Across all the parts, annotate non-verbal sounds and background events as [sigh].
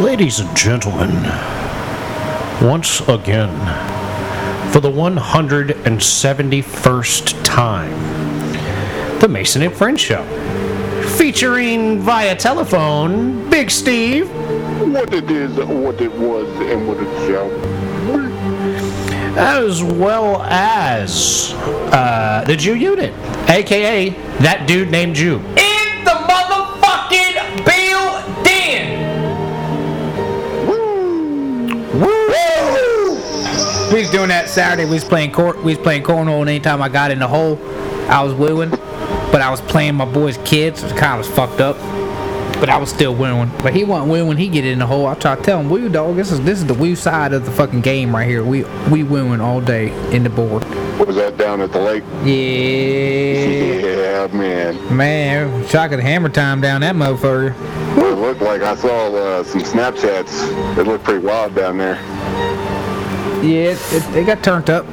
Ladies and gentlemen, once again, for the 171st time, the Mason and Friend Show, featuring via telephone Big Steve, what it is, what it was, and what it shall be. as well as uh, the Jew Unit, aka that dude named Jew. in the motherfucking building. We was doing that Saturday. We was playing court. We was playing cornhole, and anytime I got in the hole, I was wooing. But I was playing my boy's kids, which kind of was fucked up. But I was still wooing. But he wasn't wooing when he get in the hole. I try to tell him, "Woo, dog. This is this is the woo side of the fucking game right here. We we wooing all day in the board. What was that down at the lake? Yeah, Yeah, man. man. Shotgun hammer time down that motherfucker. It looked like I saw uh, some Snapchats. It looked pretty wild down there. Yeah, it, it, it got turned up.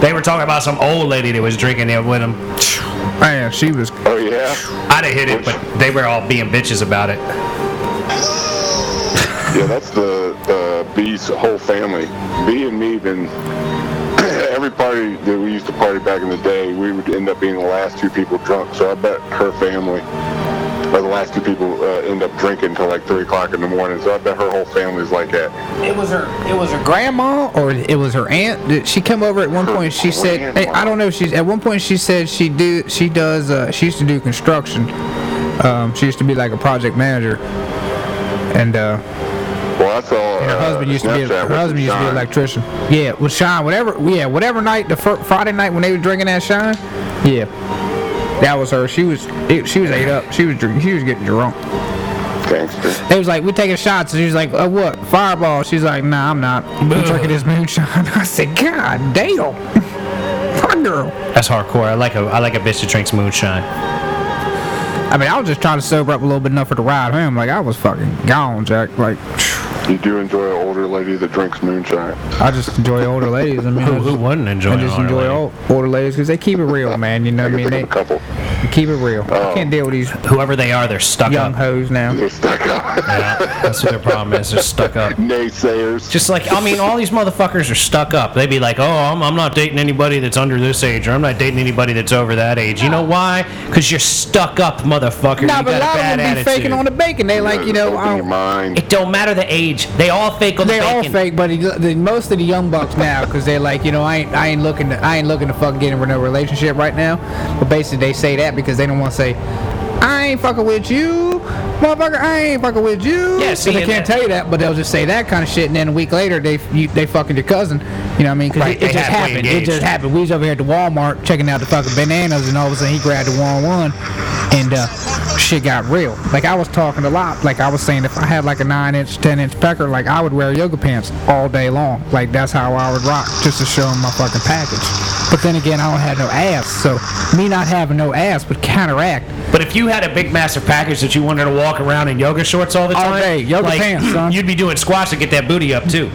They were talking about some old lady that was drinking it with them. Man, she was. Oh, yeah? I'd have hit it, but they were all being bitches about it. Yeah, that's the uh, B's whole family. B and me been [clears throat] every party that we used to party back in the day, we would end up being the last two people drunk. So I bet her family are the last two people uh, end up drinking till like three o'clock in the morning. So I bet her whole family's like that. It was her. It was her grandma, or it was her aunt. Did She come over at one Her point. She said, hey, grandma. "I don't know." if She's at one point. She said she do. She does. Uh, she used to do construction. Um, she used to be like a project manager, and uh, Well, I saw. her uh, husband used to be. A, Snapchat her with husband used to be an Sean. electrician. Yeah, with Shine. Whatever. Yeah, whatever night the fir- Friday night when they were drinking that Shine. Yeah, that was her. She was. It, she was ate up. She was. dr- She was getting drunk. gangster. They was like, we're taking shots. And she was like, uh, what? Fireball. She's like, nah, I'm not. I'm drinking this moonshine. [laughs] I said, God damn. [laughs] My girl. That's hardcore. I like a I like a bitch that drinks moonshine. I mean, I was just trying to sober up a little bit enough for the ride home. Like, I was fucking gone, Jack. Like, [sighs] You do enjoy an older lady that drinks moonshine. I just enjoy older ladies. I mean, Who, I who just, wouldn't enjoy I an just older enjoy lady? old, older ladies because they keep it real, man. You know I what I can mean? think They of a couple. keep it real. I can't deal with these Whoever they are, they're stuck young up. hoes now. They're stuck up. Yeah, that's what their problem is. They're stuck up. [laughs] Naysayers. Just like I mean, all these motherfuckers are stuck up. They be like, "Oh, I'm, I'm not dating anybody that's under this age, or I'm not dating anybody that's over that age." You know why? Because you're stuck up, motherfucker. Nah, you but a got lot a of bad them be attitude. faking on the bacon. They like, you know, open I your don't, [laughs] mind. it don't matter the age. They all fake on They the all bacon. fake, but the, the, most of the young bucks now, because they're like, you know, I ain't, I ain't looking, to, I ain't looking to fuck get into no relationship right now. But basically, they say that because they don't want to say, I ain't fucking with you, motherfucker. I ain't fucking with you. Yeah, So see, they and can't that- tell you that, but they'll just say that kind of shit, and then a week later, they you, they fucking your cousin. You know what I mean? 'Cause Right, it, they it just halfway happened. engaged. It just happened. We was over here at the Walmart checking out the fucking bananas, and all of a sudden he grabbed the one one, and uh, shit got real. Like I was talking a lot. Like I was saying, if I had like a nine inch, ten inch pecker, like I would wear yoga pants all day long. Like that's how I would rock, just to show him my fucking package. But then again, I don't have no ass, so me not having no ass would counteract But if you had a big massive package that you wanted to walk around in yoga shorts all the All time, day, yoga pants, son. you'd be doing squats to get that booty up too.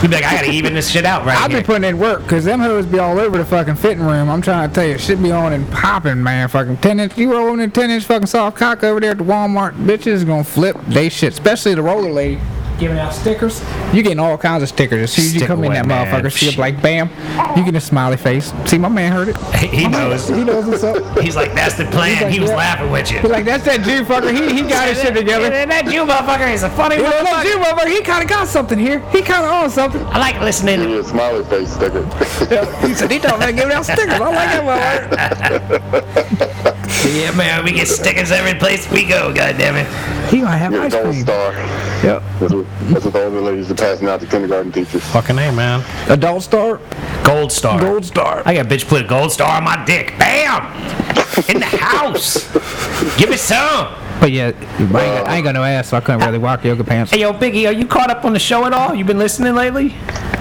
You'd be like, I gotta even this shit out right I've here. been putting in work because them hoes be all over the fucking fitting room. I'm trying to tell you, shit be on and popping, man. Fucking 10 inch, you rolling in 10 inch fucking soft cock over there at the Walmart. Bitches gonna flip they shit, especially the roller lady. Giving out stickers. You getting all kinds of stickers. As soon as you Stick come in away, that man. motherfucker, she'll be like, bam. You get a smiley face. See, my man heard it. [laughs] he knows. He knows what's up. He's like, that's the plan. like, he was yeah. laughing with you. He's like, that's that Jew fucker. He, he got his shit together. Yeah, that Jew motherfucker is a funny You know, that motherfucker. Jew motherfucker, he kind of got something here. He kind of on something. I like Give listening. me a smiley face sticker. He said, he don't know giving out stickers. I like that motherfucker. Yeah, man, we get stickers every place we go. God damn it. He gonna [laughs] have You're a ice gold cream. star. Yep. That's what, that's what the older ladies are passing out to kindergarten teachers. Fucking a man. Adult star, Gold star. gold star. I got a bitch put a gold star on my dick. Bam. In the house. Give me some. But yeah, I ain't, got, I ain't got no ass, so I couldn't really rock yoga pants. Hey, yo, Biggie, are you caught up on the show at all? You been listening lately?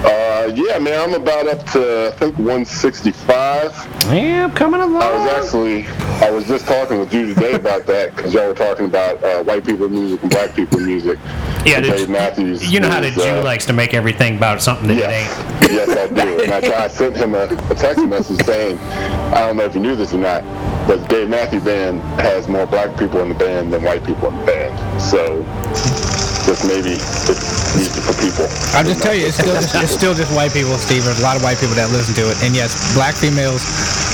Uh, yeah, man, I'm about up to, I think, 165. Yeah, I'm coming along. I was actually, I was just talking with you today about that because y'all were talking about uh, white people music and black people music. Yeah, And the- Dave Matthews. you know how the was, Jew uh, likes to make everything about something that it ain't. Yes, [laughs] yes, I do. And I, I sent him a, a text message saying, I don't know if you knew this or not, but Dave Matthews Band has more black people in the band than white people in the band. So just maybe it needs it for people. I'll just tell you, it's still just, it's still just white people, Steve. There's a lot of white people that listen to it, and yes, black females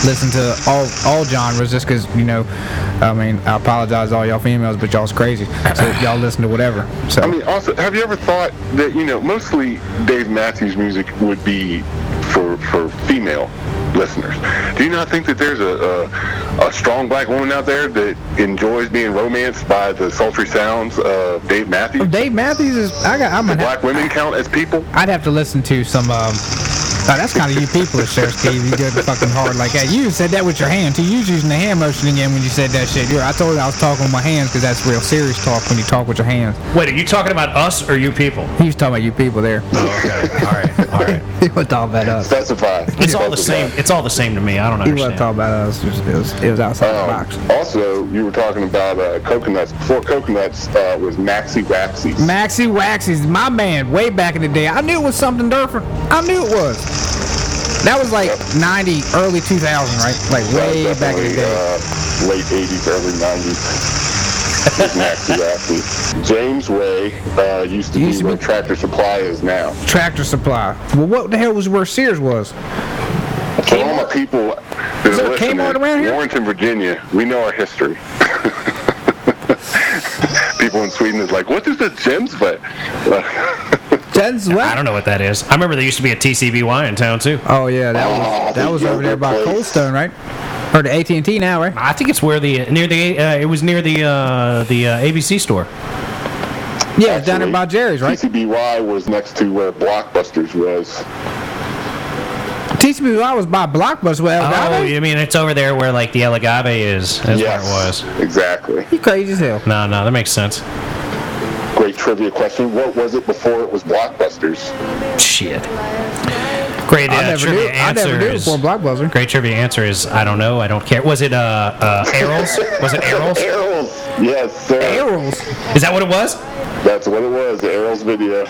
listen to all all genres just because you know. I mean, I apologize to all y'all females, but y'all's crazy, so y'all listen to whatever. So I mean, also, have you ever thought that you know mostly Dave Matthews music would be for for female listeners? Do you not think that there's a a, a strong black woman out there that enjoys being romanced by the sultry sounds of Dave Matthews? Dave Matthews is. I got. I'm. Gonna, Black women count as people? I'd have to listen to some. Um, oh, that's kind of you people, Sheriff Steve. You did fucking hard like that. You said that with your hand too. You was using the hand motion again when you said that shit. You're, I told you I was talking with my hands because that's real serious talk when you talk with your hands. Wait, are you talking about us or you people? He was talking about you people there. [laughs] okay. [laughs] All right. All right. he was talking about us. Specify. It's all the Specify. same. It's all the same to me. I don't He wasn't understand. talking about us. It was, it was, it was outside the Um, box. also, you were talking about uh, coconuts. Before coconuts uh, was Maxi Waxy. Maxi Waxy's my man way back in the day. I knew it was something different. I knew it was. That was like 90, early 2000, right? Like way back in the day. Uh, late 80s, early 90s. was [laughs] Maxi Waxy. James Way uh, used to Used to be where be- Tractor Supply is now. Tractor Supply. Well, what the hell was where Sears was? For all my people that there a are listening, Kmart around here? Warrenton, Virginia, we know our history. [laughs] people in Sweden is like, what is the gems but? uh, Jen's I what? don't know what that is. I remember there used to be a TCBY in town too. Oh yeah, that Oh, was that the was over there by yogurt Cold place. Stone, right? Or the AT and T now, right? I think it's where the near the uh, it was near the uh, the uh, ABC store. Yeah, it's down there by Jerry's, right? TCBY was next to where Blockbusters was. TCBY was by Blockbuster. Well, Oh, Eldorado? you mean it's over there where like the El Agave is? That's where it was. Exactly. you crazy as hell. No, no, that makes sense. Great trivia question. What was it before it was Blockbusters? Shit. Great I uh, never knew. trivia I never answer knew is before Blockbuster. great trivia answer is I don't know. I don't care. Was it uh, uh Errol's? was it Errol's? Errol's. Yes, sir. Arrows. Is that what it was? That's what it was. The Errol's video.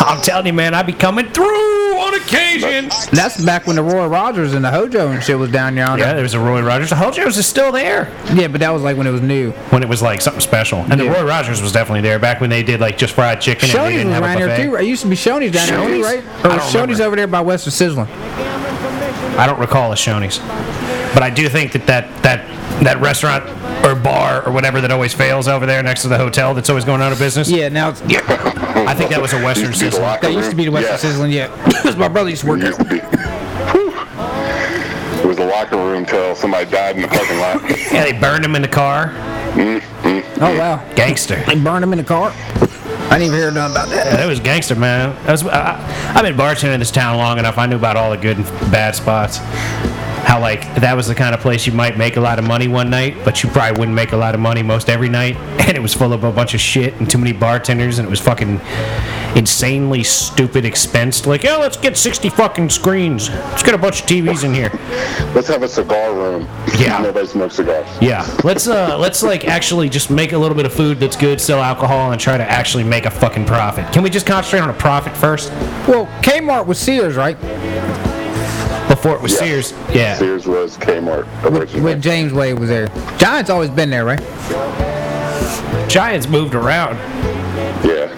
I'm telling you, man, I be coming through on occasion. That's back when the Roy Rogers and the Hojo and shit was down there. On Yeah, yeah. there was a Roy Rogers. The Hojo's is still there. yeah, but that was like when it was new. When it was like something special. And the Yeah. Roy Rogers was definitely there back when they did like just fried chicken and they Shoney's didn't was have a around there buffet. too. Right? It used to be Shoney's down there too, Shoney's? right? I Or don't was Shoney's remember. over there by West of Sizzling. I don't recall a Shoney's, but I do think that that that that restaurant or bar or whatever that always fails over there next to the hotel that's always going out of business. Yeah, now it's, I think that was a Western Used to be the system. locker that used to be the room. West Yeah. of Sizzling. Yeah, because my brother used to work It there. used to be. Whew. It was a locker room till somebody died in the parking [laughs] lot. Yeah, they burned him in the car. Oh wow, Gangster. they burned him in the car. I didn't even hear nothing about that. Yeah, that was gangster, man. That was, I, I- I've been bartending in this town long enough. I knew about all the good and bad spots. How like that was the kind of place you might make a lot of money one night, but you probably wouldn't make a lot of money most every night. [laughs] And it was full of a bunch of shit and too many bartenders, and it was fucking insanely stupid expense. Like, yeah, let's get sixty fucking screens. Let's get a bunch of TVs in here. Let's have a cigar room. Yeah. Nobody smokes cigars. Yeah, let's uh, let's like actually just make a little bit of food that's good, sell alcohol, and try to actually make a fucking profit. Can we just concentrate on a profit first? Well, Kmart was Sears, right? Before it was Sears. Yeah. Sears was Kmart originally. When James Wade was there. Giants always been there, right? Giants moved around. Yeah.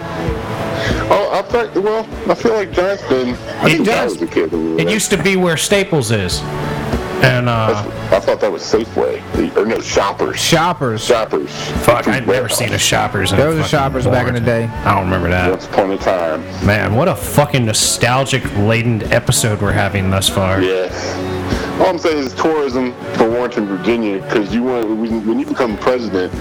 Oh, I thought. Well, I feel like Giants been. I It think I does. was a kid. when we were It there. used to be where Staples is. And uh I thought that was Safeway. The- Or no, Shoppers. Shoppers. Shoppers. fuck, I've never seen a shoppers in There was a fucking Shoppers back in the Warren. day. I don't remember that. Once upon a time. Man, what a fucking nostalgic laden episode we're having thus far. Yes. All I'm saying is tourism for Warrenton, Virginia, because you want when when you become president,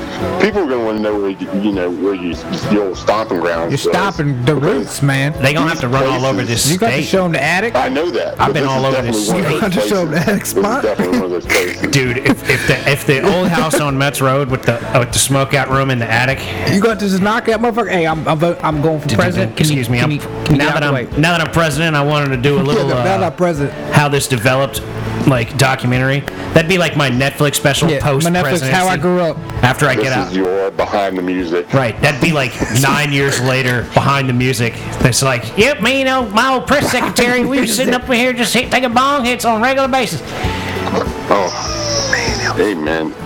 people are gonna want to know where you, you know where you, your old stomping grounds. was. You're stopping the roots, man. They gonna have to run all over this You got to state. show them the attic. I know that. I've but been this all is over definitely this one of state. [laughs] those Just show places. that This is spot. definitely one of those places. Dude, if, if the if [laughs] the old house on Metz Road with the uh, with the smokeout room in the attic. You got to just knock that motherfucker. Hey, I'm I'm, vote, I'm going for president. Can you- excuse me. can I'm, you- can you now get that out I'm the way? now that I'm president, I wanted to do a little. [laughs] Yeah, now uh, that I'm president. how this developed like documentary. That'd be like my Netflix special Yeah, post my Netflix, presidency. how I grew up. after I This get is out. your behind the music. Right, that'd be [laughs] like nine years later behind the music. That's like, yep, me, you know, my old press secretary, we were sitting up here just hit, taking bong hits on a regular basis. Oh, amen. Can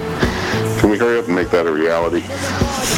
Can we hurry up and make that a reality?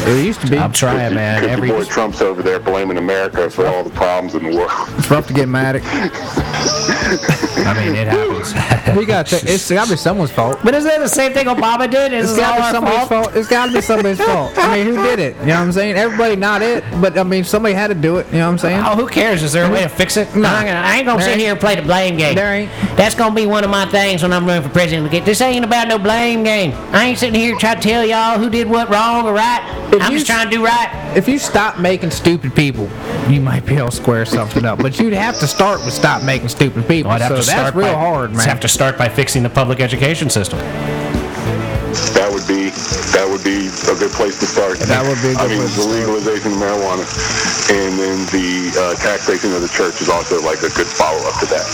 It used to be. I'm trying, man. Because Every your boy Trump's over there blaming America for all the problems in the world. It's rough to get mad at. I mean, it happens. We got to, it's got to be someone's fault. but is that the same thing Obama did? Is It's it all gotta be our somebody's fault? fault. It's gotta [laughs] be somebody's fault. I mean, who did it? You know what I'm saying? Everybody not it, but I mean, somebody had to do it. You know what I'm saying? Oh, who cares? Is there a way to fix it? No. I'm gonna, I ain't gonna There sit ain't- here and play the blame game. there ain't. That's gonna be one of my things when I'm running for president. Look, This ain't about no blame game. I ain't sitting here trying to tell y'all who did what wrong or right. If I'm you- just trying to do right. If you stop making stupid people, you might be able to square something up. But you'd have to start with stop making stupid people. so that's real hard, man. to start by fixing the public education system. That would be that would be a good place to start. That would be a I mean, good place to the start. legalization of marijuana, and then the uh, taxation of the church is also like a good follow up to that.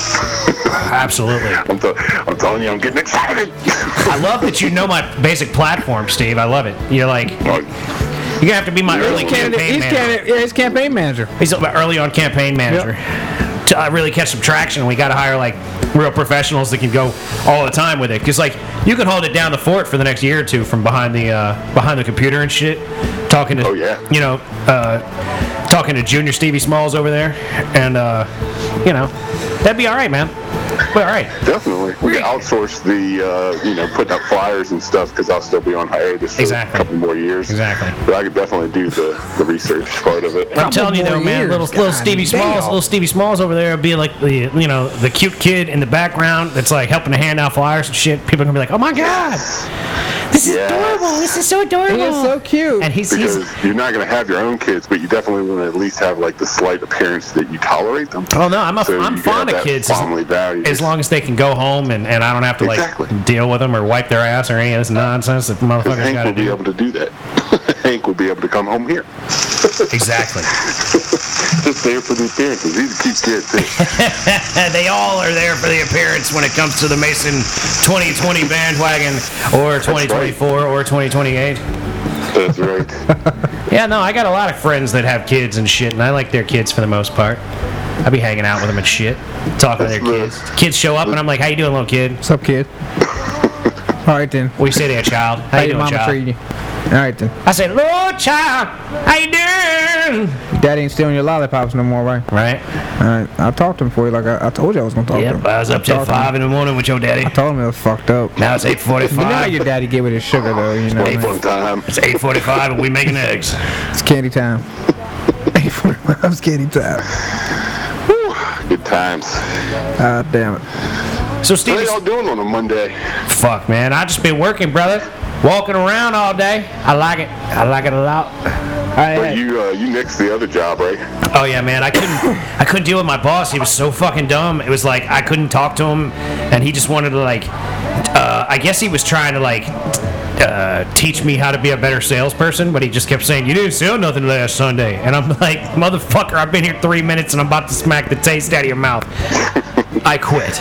[laughs] Absolutely. I'm, t- I'm telling you, I'm getting excited. [laughs] I love that you know my basic platform, Steve. I love it. You're like, you're Like, gonna have to be my He's early Candidate- campaign he's, manager. candidate- yeah, he's campaign manager. He's my early on campaign manager. To uh, really catch some traction, we got to hire like real professionals that can go all the time with it. Because like you can hold it down the fort for the next year or two from behind the uh, behind the computer and shit, talking to Oh, yeah. you know, uh, talking to Junior Stevie Smalls over there, and uh, you know that'd be all right, man. Be all right. definitely, we can outsource the uh, you know putting up flyers and stuff because I'll still be on hiatus for Exactly. a couple more years. Exactly. But I could definitely do the, the research part of it. I'm telling you more though, man, years, little little God Stevie damn. Smalls, little Stevie Smalls over there would be like the you know the cute kid in the background that's like helping to hand out flyers and shit. People are gonna be like, oh my god, this is Yes. adorable. This is so adorable. He is so cute. And he's Because he's you're not going to have your own kids, but you definitely want to at least have like the slight appearance that you tolerate them. oh no, I'm a, So I'm you can fond have of that kids as, Family values. as long as they can go home and, and I don't have to like Exactly. deal with them or wipe their ass or any of this nonsense that Because motherfuckers Hank got to will be do. able to do that. [laughs] Hank will be able to come home here. Exactly. Just there for the appearances. He's a cute kid [laughs] too. they all are there for the appearance when it comes to the Mason 2020 bandwagon or 2024 or 2028. That's right. Yeah, no, I got a lot of friends that have kids and shit, and I like their kids for the most part. I be hanging out with them and shit, talking to their kids. Kids show up, and I'm like, "How you doing, little kid?" What's up, kid? All right then. We say to a child, "How, you How your doing, mama child?" treating you? All right then. I say, "Little child, how you doing?" Daddy ain't stealing your lollipops no more, right? Right? All right. I talked to him for you, like I, I told you I was gonna talk to Yep. him. I was up till talked to five in the morning with your daddy. I told him it was fucked up. Now it's eight But [laughs] now forty-five. your daddy get with his sugar though, you know. Hey, man. One time. It's eight forty-five, and we making eggs. It's candy time. [laughs] Eight forty-five candy time. Good times. Ah, damn it. So What Stevie, are y'all doing on a Monday? fuck, man, I just been working, brother, walking around all day. I like it. I like it a lot. Well, you uh, you nixed the other job, right? Oh yeah, man. I couldn't. I couldn't deal with my boss. He was so fucking dumb. It was like I couldn't talk to him, and he just wanted to like. Uh, I guess he was trying to like. Uh, teach me how to be a better salesperson, but he just kept saying, You didn't sell nothing last Sunday. And I'm like, Motherfucker, I've been here three minutes and I'm about to smack the taste out of your mouth. I quit.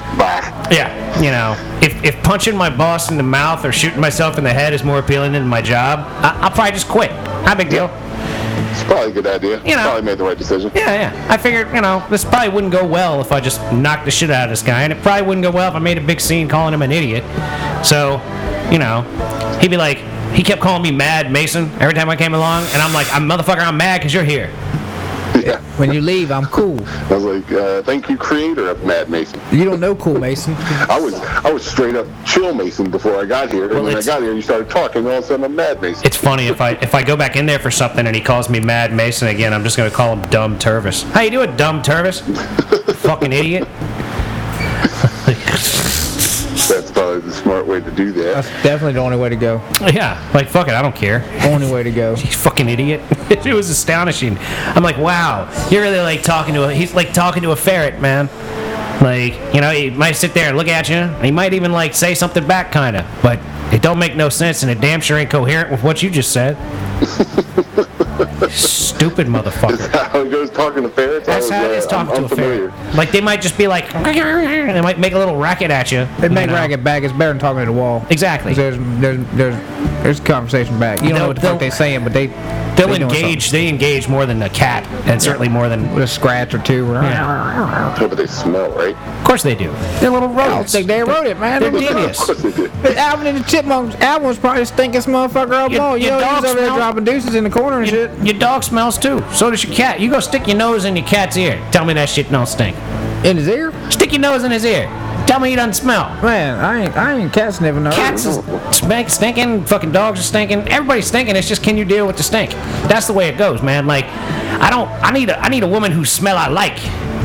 [laughs] Bye. Yeah, you know, if, if punching my boss in the mouth or shooting myself in the head is more appealing than my job, I, I'll probably just quit. Not a big deal. It's probably a good idea. You know. Probably made the right decision. Yeah, yeah. I figured, you know, this probably wouldn't go well if I just knocked the shit out of this guy, and it probably wouldn't go well if I made a big scene calling him an idiot. So, you know, he'd be like, he kept calling me Mad Mason every time I came along, and I'm like, I'm motherfucker, I'm mad because you're here. [laughs] Yeah. When you leave, I'm cool. I was like, uh, thank you, creator of Mad Mason. You don't know cool Mason. I was I was straight up chill Mason before I got here. Well, and when I it's- got here, you started talking. All of a sudden, I'm Mad Mason. It's funny if I if I go back in there for something and he calls me Mad Mason again, I'm just gonna call him Dumb Turvis. How you doing, Dumb Turvis? Fucking idiot. That's probably the smart way to do That's that. definitely the only way to go. Yeah, like fuck it, I don't care. Only way to [laughs] go. you fucking idiot. it was astonishing. I'm like, wow, you're really like talking to a, he's like talking to a ferret, man. Like, you know, he might sit there and look at you, and he might even like say something back, kinda, but it don't make no sense, and it damn sure ain't coherent with what you just [laughs] said. Stupid motherfucker. [laughs] How it goes talking to ferrets. I That's was, how it uh, is talking Oh, I'm, to a unfamiliar. ferret. Like they might just be like, [laughs] they might make a little racket at you. They you make know? racket back. It's better than talking to the wall. Exactly. 'Cause There's there's there's there's conversation back. You don't know what the They'll- fuck they saying, but they They'll they doing engage. They engage more than a cat, and certainly more than. something. with a scratch or two. [laughs] Yeah, but they smell, right? Of course they do. They're little I don't rodents. think they wrote it, man. They're They're idiots. [laughs] Of course they do. Alvin and the Chipmunk's album was probably the stinkest motherfucker up Your- all. You your know, he dog was over there smell- dropping deuces in the corner and shit. Your, your dog smells too. So does your cat. You go stick your nose in your cat's ear. Tell me that shit don't stink. In his ear? Stick your nose in his ear. Tell me he doesn't smell. Man, I ain't, I ain't cat sniffing no. Cats is stink, stinking. Fucking dogs are stinking. Everybody's stinking. It's just can you deal with the stink? That's the way it goes, man. Like, I don't. I need a. I need a woman whose smell I like,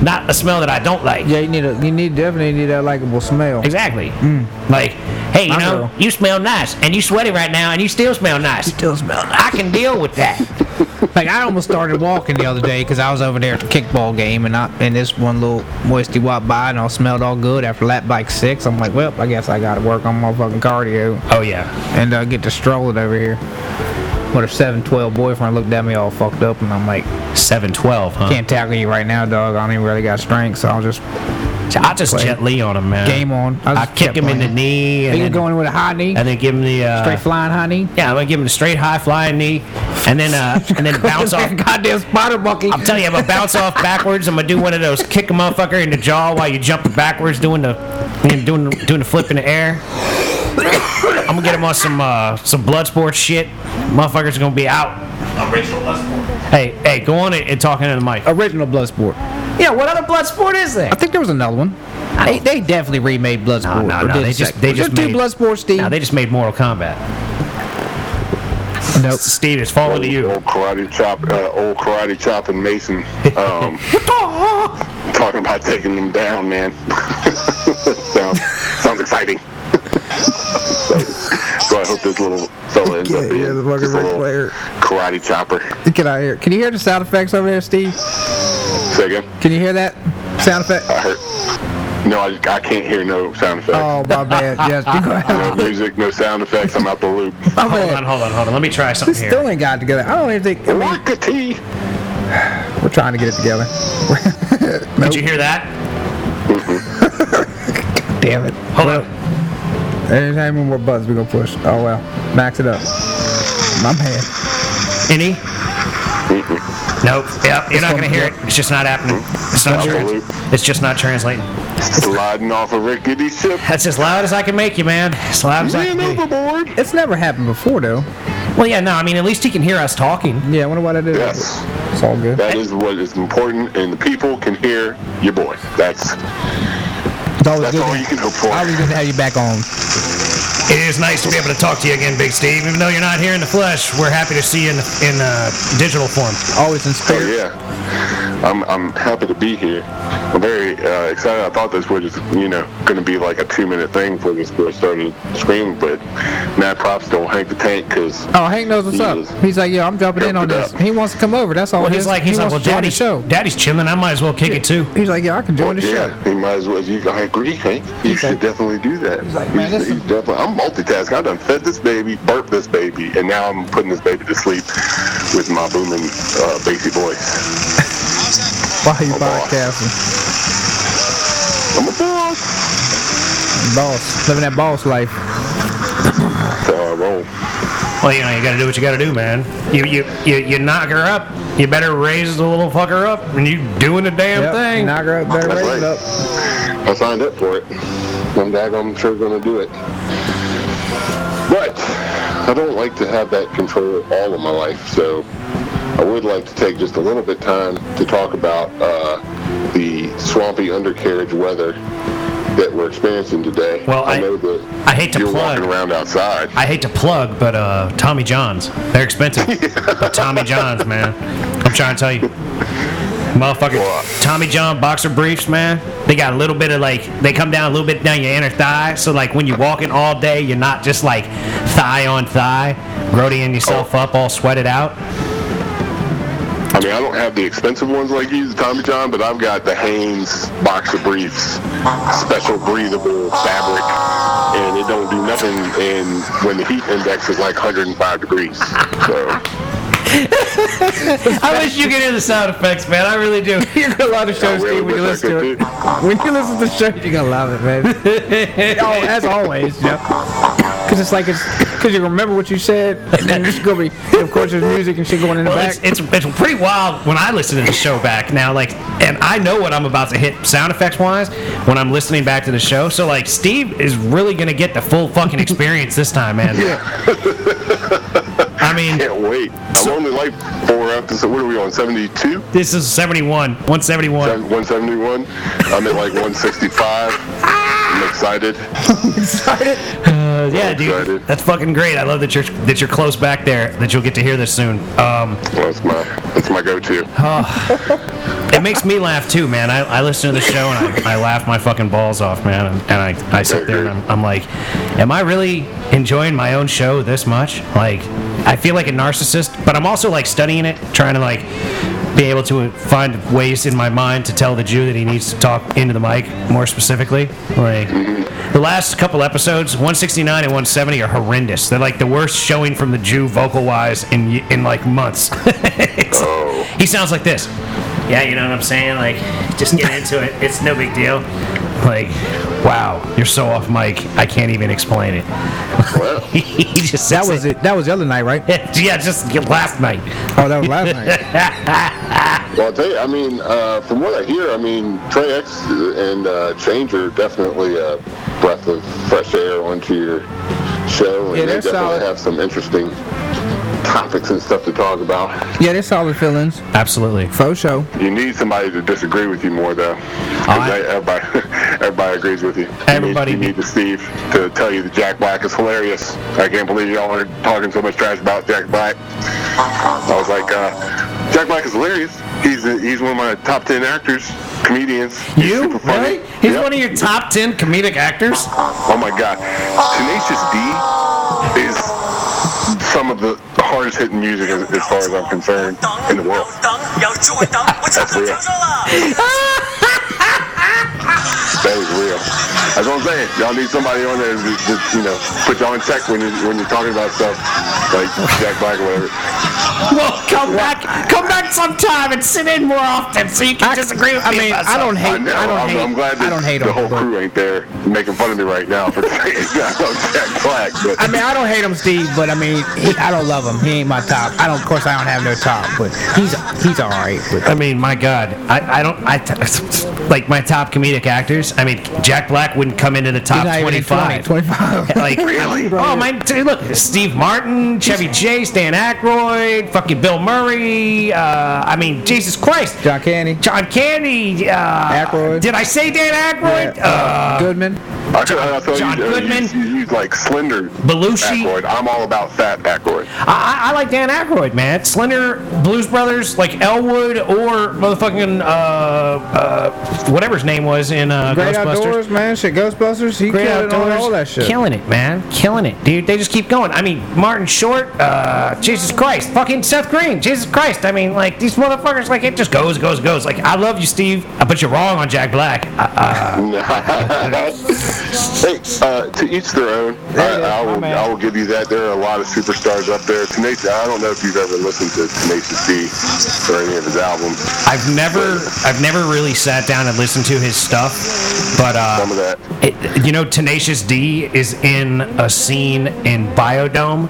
not a smell that I don't like. Yeah, you need a, you need definitely need that likable smell. Exactly. Like, hey, you My Mm. know, girl. you smell nice, and you sweaty right now, and you still smell nice. Still smell nice. I can deal with that. Like I almost started walking the other day because I was over there at the kickball game and I and this one little moisty walked by and I smelled all good after lap bike six. I'm like, well, I guess I gotta work on my fucking cardio oh yeah. and uh, get to strolling over here. What if seven twelve boyfriend looked at me all fucked up and I'm like, Seven twelve, huh? can't tackle you right now, dog. I don't even really got strength, so I'll just I just play. gently on him, man. game on. I just kick kept him in the playing. knee, Are and you then, going with a high knee? and then give him the uh, Straight flying high knee? yeah, I'm gonna give him the straight high flying knee, and then [laughs] uh, and then [laughs] bounce off. goddamn spider monkey. I'm telling you, I'm gonna bounce [laughs] off backwards. I'm gonna do one of those kick a motherfucker in the jaw while you jump backwards, doing the and doing doing the flip in the air. I'm gonna get him on some uh, some blood sports shit. Motherfuckers gonna be out. Hey, hey, go on and, and talk into the mic. Original Bloodsport. Yeah, what other blood sport is there? I think there was another one. They, they definitely remade Bloodsport. no, or no, did they a just- second they one. just There's made- two Bloodsports, Steve. Now they just made Mortal Kombat. nope. Steve, it's falling to you. Old karate chop, uh, old karate chop and Mason. [laughs] Um, Oh. talking about taking them down, man. [laughs] sounds, sounds exciting. [laughs] so, so I hope this little fella ends Okay, up being yeah, the fucking just a Ric little Flair. karate chopper. Can I hear? Can you hear the sound effects over there, Steve? Say again. Can you hear that sound effect? I heard. No, I, I can't hear no sound effects. Oh my [laughs] bad. Yes, you go ahead. No music, no sound effects. I'm out the [laughs] loop. My Hold on, bad. hold on, hold on. Let me try something We still here. ain't got it together. I don't even think I mean, Rockety. we're trying to get it together. Did you hear that? Damn it! Hold on. There's how many more buttons we gonna push? Oh well, max it up. My man. Any? Nope. Yep. You're not gonna hear it. It's just not happening. It's not. Absolute. Trans- it's just not translating. Sliding off a rickety ship. That's as loud as I can make you, man. As loud as I can Man be. overboard. It's never happened before though. Well, yeah, no, I mean, at least he can hear us talking. Yeah, I wonder why that is. Yes. It's all good. That is what is important, and the people can hear your boy. That's It's always that's good. all to- you can hope for. Always good to have you back on. It is nice to be able to talk to you again, Big Steve. Even though you're not here in the flesh, we're happy to see you in, in uh, digital form. Always in Oh, spirit. yeah, I'm I'm happy to be here. I'm very uh, excited. I thought this was just you know going to be like a two minute thing for this first started screaming, but Mad Props don't hang the tank because Oh, Hank knows what's up. Jesus. He's like, yo, I'm jumping in on Jumping this. up. He wants to come over. That's all. Well, it he's is. like, he's he like, wants well, to join daddy's, the show. daddy's chilling. I might as well kick it too. He's like, yeah, I can join the show. yeah, he might as well. You I agree, Hank. You should definitely do that. like, man, you, this you is- definitely. I'm multitasking. I done fed this baby, burped this baby, and now I'm putting this baby to sleep with my booming uh, bassy voice. Why are you Oh, boss. podcasting? I'm a boss. Boss, living that boss life. So I roll. Well, you know, you got to do what you got to do, man. You, you you you knock her up. You better raise the little fucker up, and you doing the damn Yep, thing. Knock her up, better That's raise it right. up. I signed up for it. One dag I'm sure gonna do it. But I don't like to have that control all of my life, so I would like to take just a little bit time to talk about uh, the swampy undercarriage weather that we're experiencing today. Well, I- know that I hate to you're plug. walking around outside. I hate to plug, but uh, Tommy John's. They're expensive. but Tommy John's, man. I'm trying to tell you. Motherfucker. What? Tommy John boxer briefs, man. They got a little bit of like, they come down a little bit down your inner thigh. So, like, when you're walking all day, you're not just like thigh on thigh, groadying yourself up, all sweated out. I mean, I don't have the expensive ones like you, the Tommy John, but I've got the Hanes boxer briefs, special breathable fabric, and it don't do nothing. And when the heat index is like 105 degrees, so I wish you could hear the sound effects, man. I really do. You're gonna love the show, I really Steve, when wish you I listen could to do. it. When you listen to the show, you're gonna love it, man. oh, as always, yeah. Cause it's like it's cause you remember what you said, and then it's gonna be. and Of course, there's music and shit going in the Well, back. it's, it's it's pretty wild when I listen to the show back now. Like, and I know what I'm about to hit sound effects wise when I'm listening back to the show. So like, Steve is really gonna get the full fucking experience this time, man. I mean, Can't wait. I'm only like four episodes. What are we on? 72? this is 71, 171. 171? I'm at like 165. I'm excited. Uh, yeah, dude, excited. that's fucking great. I love that you're that you're close back there. That you'll get to hear this soon. Um, That's my that's my go-to. it makes me laugh too, man. I, I listen to the show and I, I laugh my fucking balls off, man. And, and I, I sit there and I'm, I'm like, am I really enjoying my own show this much? Like, I feel like a narcissist, but I'm also like studying it, trying to like be able to find ways in my mind to tell the Jew that he needs to talk into the mic more specifically. Like, the last couple episodes, 169 and 170 are horrendous. They're like the worst showing from the Jew vocal wise in y- in like months. [laughs] It's- Oh, he sounds like this. Yeah, you know what I'm saying? Like, just get into it. It's no big deal. Like, wow, you're so off mic. I can't even explain it. [laughs] Wow. he just that sits was it. That was the other night, right? there. [laughs] yeah, just last night. Oh, that was last night. Well, I'll tell you, I mean, uh, from what I hear, I mean, Trey X and uh, Change are definitely a breath of fresh air onto your show. And they Yeah, they're definitely solid. have some interesting topics and stuff to talk about. Yeah, they're solid feelings. Absolutely. Faux show. You need somebody to disagree with you more, though. 'Cause I- they- everybody, [laughs] everybody agrees with you. You need- Everybody You be- need, to Steve to tell you that Jack Black is hilarious. I can't believe y'all are talking so much trash about Jack Black. I was like, uh, Jack Black is hilarious. He's he's one of my top ten actors, comedians. He's You? super [laughs] funny. Really? He's Yep. one of your top 10 comedic actors? Oh my God, Tenacious D is some of the hardest hitting music as, as far as I'm concerned in the world. 等，要是我等，我抢到枪手了。 That was real. That's what I'm saying. Y'all need somebody on there to, to you know, put y'all in check when, you, when you're talking about stuff like Jack Black or whatever. [laughs] Well, come back, come back sometime and sit in more often so you can disagree with I me mean, about I don't something. hate. I, know, don't I'm, hate. I'm glad that I don't hate the whole them. but- crew ain't there making fun of me right now for [laughs] saying about Jack Black. But I mean, I don't hate him, Steve, but I mean, he, I don't love him. He ain't my top. I don't. Of course, I don't have no top, but he's he's all right. But I mean, my God, I, I don't, I [laughs] like my top comedic actors. I mean, Jack Black wouldn't come into the he's top not even in 25. 20, [laughs] 25. like really? Oh my! dude, Look, Steve Martin, Chevy Chase, Dan Aykroyd, fucking Bill Murray. Uh, I mean, Jesus Christ, [laughs] John Candy, John Candy. Uh, Aykroyd. Did I say Dan Aykroyd? Yeah. Uh, Goodman. I, could- I thought John you, uh, Goodman. You, you, you like slender Belushi. Aykroyd. I'm all about fat Aykroyd. I, I- I like Dan Aykroyd, man. Slender Blues Brothers, like Elwood or motherfucking uh, uh, whatever his name was in uh, Great Ghostbusters. outdoors, man. Shit, Ghostbusters. He Great killed it on outdoors, all that shit. killing it, man, killing it, dude. They just keep going. I mean, Martin Short, uh, Jesus Christ, fucking Seth Green, Jesus Christ. I mean, like these motherfuckers, like it just goes, goes, goes. Like I love you, Steve, uh, but you're wrong on Jack Black. Uh, hey, uh, to each their own. I, I, will, I will give you that. There are a lot of superstars up there. Tenacious, I don't know if you've ever listened to Tenacious D or any of his albums. I've never, I've never really sat down and listened to his stuff, but uh, Some of that. it, you know, Tenacious D is in a scene in Biodome.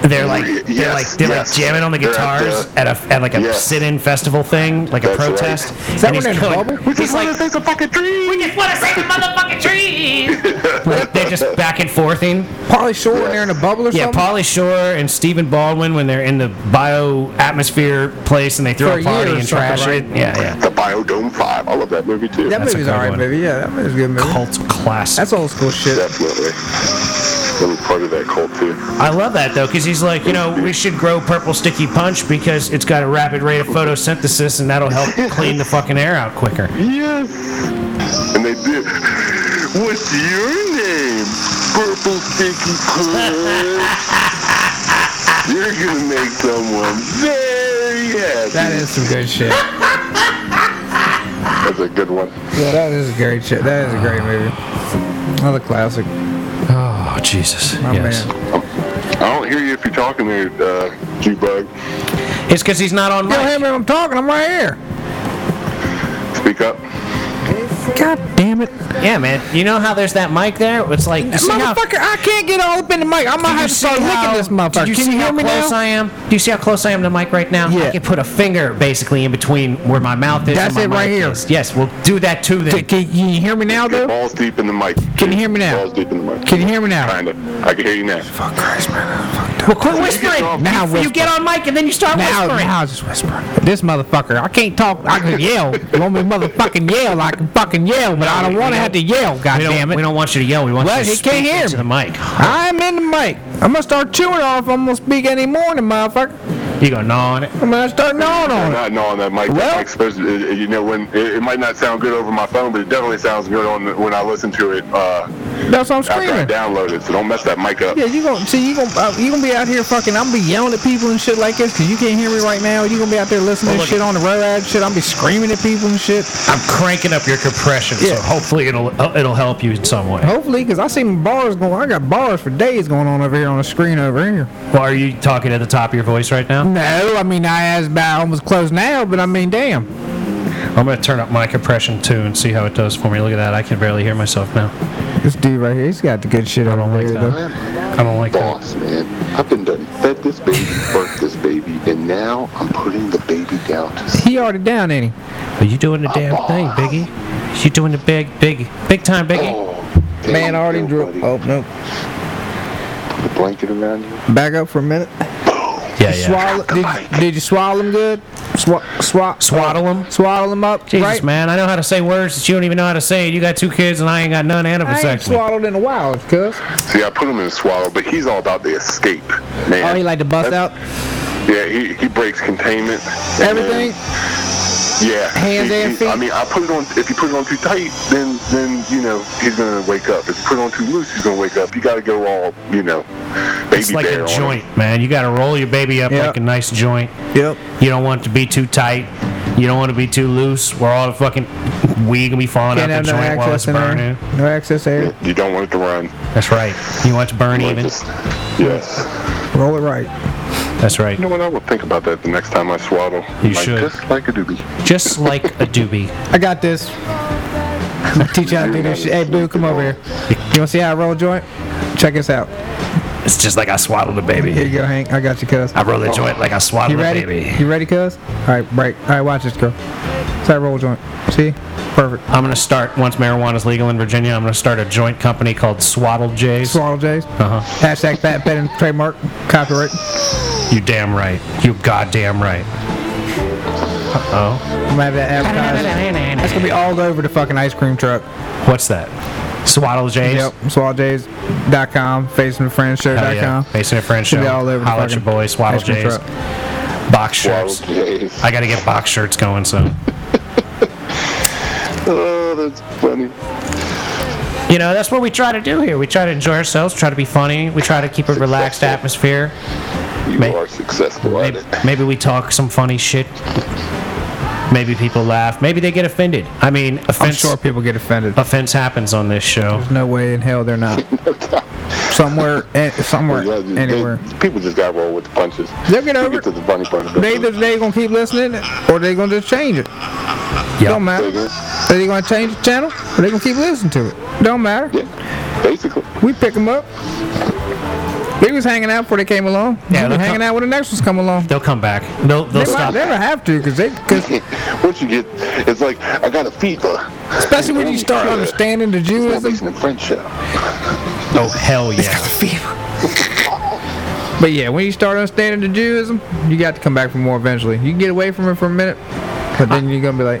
They're like they're Yes, like they're yes. like jamming on the They're at guitars the- at a at like a Yes. sit-in festival thing, like a That's right. protest. Is and that when he's they're in a killing- bubble? We just like- want to say a fucking dream. just want to save the motherfucking [laughs] trees. like they're just back and forthing. Pauly Shore in there in a bubble or Yeah, something. Polly Shore and Stephen Baldwin when they're in the bio atmosphere place and they throw For a a year party or and something, trash right? it. Yeah, yeah. The Biodome 5. I love that movie too. that That's a movie's good all right, one. baby. Yeah, that movie's a good movie. Cult classic. That's old school shit. Definitely. That was part of that cult too. I love that though, because he's like, you know, we should grow purple sticky punch because it's got a rapid rate of photosynthesis and that'll help clean the fucking air out quicker. Yes. And they did. What's your name? Purple Sticky [laughs] Puss. You're gonna make someone very happy. That is some good shit. That's a good one. Yeah, that is great shit. That is a great movie. Another classic. Oh Jesus! My yes, man. I don't hear you if you're talking there, uh, G Bug. it's because he's not on Yo, mic. Hammer, I'm talking. I'm right here. Speak up. God damn it. Yeah, man. You know how there's that mic there? It's like. you see how- Motherfucker, I can't get all up in the mic. I'm Did gonna you have to see start how- licking this motherfucker. Did you Can see you hear how me close now? I am? Do you see how close I am to the mic right now? I Yeah. can put a finger basically in between where my mouth is. That's and it my right mic here. is. Yes, we'll do that too then. Can, can you hear me now, Get though? balls deep in the mic. Can you hear me now? Balls deep in the mic. Can you hear me now? Kinda. I can hear you now. Fuck Christ, man. Fucked well, quit whispering. off- Now you, you whisper. get on mic and then you start Now, whispering. now I was just whispering. This motherfucker, I can't talk. I can yell. You want me to motherfucking yell? I can fucking yell, but I don't want to have to yell. God we, don't, damn it! we don't want you to yell. We want Well, you to he speak can't hear into the mic. I'm in the mic. I'm gonna start chewing off. I'm gonna speak any morning, motherfucker. You go, gnaw on it. I'm gonna start gnawing on it. Not knowing that mic. Well- That mic's supposed to- it- it- you know, when it, it might not sound good over my phone, but it definitely sounds good on the- when I listen to it uh, That's what I'm after I screaming. download it. So don't mess that mic up. Yeah, you gonna see you gonna uh, you gonna be out here fucking. I'm gonna be yelling at people and shit like this because you can't hear me right now. You gonna be out there listening Well, to look- shit on the road and shit. I'm gonna be screaming at people and shit. I'm cranking up your compression, Yeah. so hopefully it'll uh, it'll help you in some way. Hopefully, because I see my bars going. I got bars for days going on over here on the screen over here. Well, are you talking at the top of your voice right now? No, I mean I as about almost close now, but I mean damn. I'm gonna turn up my compression too and see how it does for me. Look at that. I can barely hear myself now. This dude right here, he's got the good shit I on don't like over here though. that. I don't like that. boss, man. I've been done fed this baby, birthed this baby, and now I'm putting the baby down to sleep. He already down, ain't he? Are you doing the damn thing, Biggie? You doing the big, big, big time, Biggie? Oh, there Man you already go, drew. buddy. Oh no, Put the blanket around you. back up for a minute. Yeah, yeah. Swallow, did, did you swaddle him good? Swa, swa, Swaddle him? Swaddle him up, Jesus, right? man, I know how to say words that you don't even know how to say. You got two kids and I ain't got none, and I'm I ain't sexually. swaddled in a while, cuz. See, I put him in a swallow, but he's all about the escape, man. Oh, he like to bust out Yeah, he, he breaks containment. and then- everything. Yeah. Hands He- and he- I feet. mean, I put it on. If you put it on too tight, then then you know he's gonna wake up. If you put it on too loose, he's gonna wake up. You gotta go all you know, baby It's like bear a on him. joint, man. You got to roll your baby up Yeah. like a nice joint. Yep. You don't want it to be too tight. You don't want it to be too loose. We're all fucking we gonna be falling Can't out have the no joint while it's access in burning. there. No access there. You don't want it to run. That's right. You want it to burn Like even. just- yes. Roll it right. That's right. You know what? I will think about that the next time I swaddle. You like, should. Just like a doobie. Just like a doobie. I got this. [laughs] I'm gonna teach you how to do this shit. Hey, dude, come over here. You wanna see how I roll a joint? Check this out. It's just like I swaddled a Here baby. you go, Hank. I got you, cuz. I roll a joint like I You swaddled a ready? baby. You ready, cuz? All right, break. All right, watch this, girl. It's that roll joint. See? Perfect. I'm gonna start once marijuana's legal in Virginia. I'm gonna start a joint company called Swaddle Jays. Swaddle J's. Uh-huh. Hashtag fat pen and trademark. Copyright. You damn right. You goddamn right. Uh I'm gonna have that advertised. That's gonna be all over the fucking ice cream truck. oh. What's that? Swaddle Jays. Yep. SwaddleJays.com, Hell FacingTheFriendShow.com. yeah. Mason and French show. Should be all over the Holla at your fucking boy. Swaddle ice cream Jays. truck. Box Waddle shirts. Jays. [laughs] I gotta get box shirts going soon. Oh, that's funny. You know, that's what we try to do here. We try to enjoy ourselves, try to be funny, we try to keep a [laughs] relaxed atmosphere. You Mate. are successful at Maybe, it. maybe we talk some funny shit. Maybe people laugh. Maybe they get offended. I mean, I'm offense sure people get offended. offense happens on this show. No way in hell they're not. somewhere, eh, somewhere, Yeah, they- anywhere. people just gotta roll with the punches. They'll get You over it. to the funny part of it. They either they gonna keep listening or they gonna just change it. Don't Yeah. matter. Are they gonna change the channel or they gonna keep listening to it? Don't matter. Yeah, basically. We pick them up. We was hanging out before they came along. Yeah, Yeah, we they'll hanging come- out when the next one's come along. They'll come back. They'll, they'll They might stop. never have to because they, cause [laughs] Once you get, it's like I got a fever. especially when you start understanding the That Judaism. makes it friendship. Oh, hell yeah. But yeah, when you start understanding the Judaism, you got to come back for more eventually. You can get away from it for a minute, but then you're gonna be like,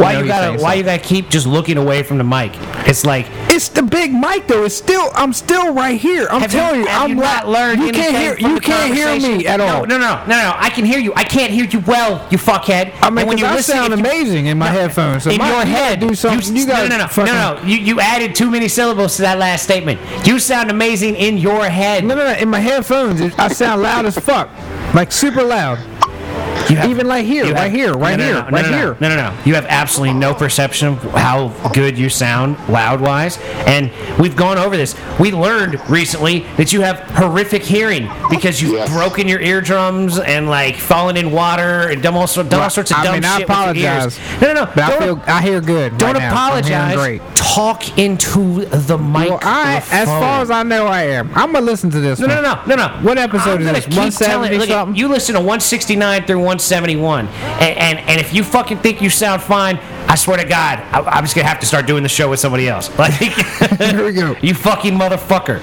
[laughs] Why know you he's gotta saying Why something. you gotta keep just looking away from the mic? It's like It's the big mic though. It's still I'm still right here. I'm Have telling you, have I'm not la- learned. You can't anything hear from you the can't hear me conversation? at all. No, no, no, no, no. I can hear you. I can't hear you well. You fuckhead. I mean, And 'cause I sound if you- amazing in my headphones. So in my- your you gotta head, do something. You, no, gotta no, no, no, fucking- no, no. You you added too many syllables to that last statement. You sound amazing in your head. no, no, no. In my headphones, it- I sound loud as fuck, like super loud. You have- Even like here, you right have- here, right no, no, here, no, no, right no, no, here. No, no, no. You have absolutely no perception of how good you sound loud wise. And we've gone over this. We learned recently that you have horrific hearing because you've Yes. broken your eardrums and like fallen in water and done all, sor- done all Right. sorts of I dumb mean, shit I apologize, with your ears. No, no, no. But I don't feel I hear good. don't right now. I'm hearing apologize. Great. Talk into the mic. Well, I, as far as I know, I am. I'm gonna listen to this. No, no, one. no, no, no. What I'm episode is gonna this? keep 170 telling- look at- something? You listen to 169 through 171, and, and and if you fucking think you sound fine, I swear to God, I, I'm just gonna have to start doing the show with somebody else. [laughs] Like, [laughs] Here we go. [laughs] you fucking motherfucker.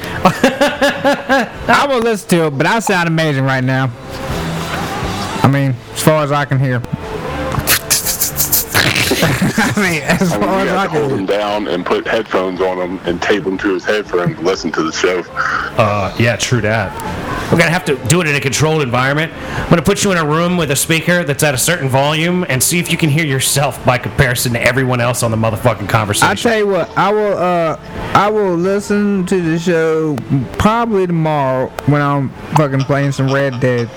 I'm gonna listen to it, but I sound amazing right now. I mean, as far as I can hear. [laughs] I mean, as I mean, far Oh, you as I have to can hold hear. him down and put headphones on him and tape him to his head for him to listen to the show. Uh, yeah, true that. We're gonna have to do it in a controlled environment. I'm gonna put you in a room with a speaker that's at a certain volume and see if you can hear yourself by comparison to everyone else on the motherfucking conversation. I tell you what, I will uh I will listen to the show probably tomorrow when I'm fucking playing some Red Dead.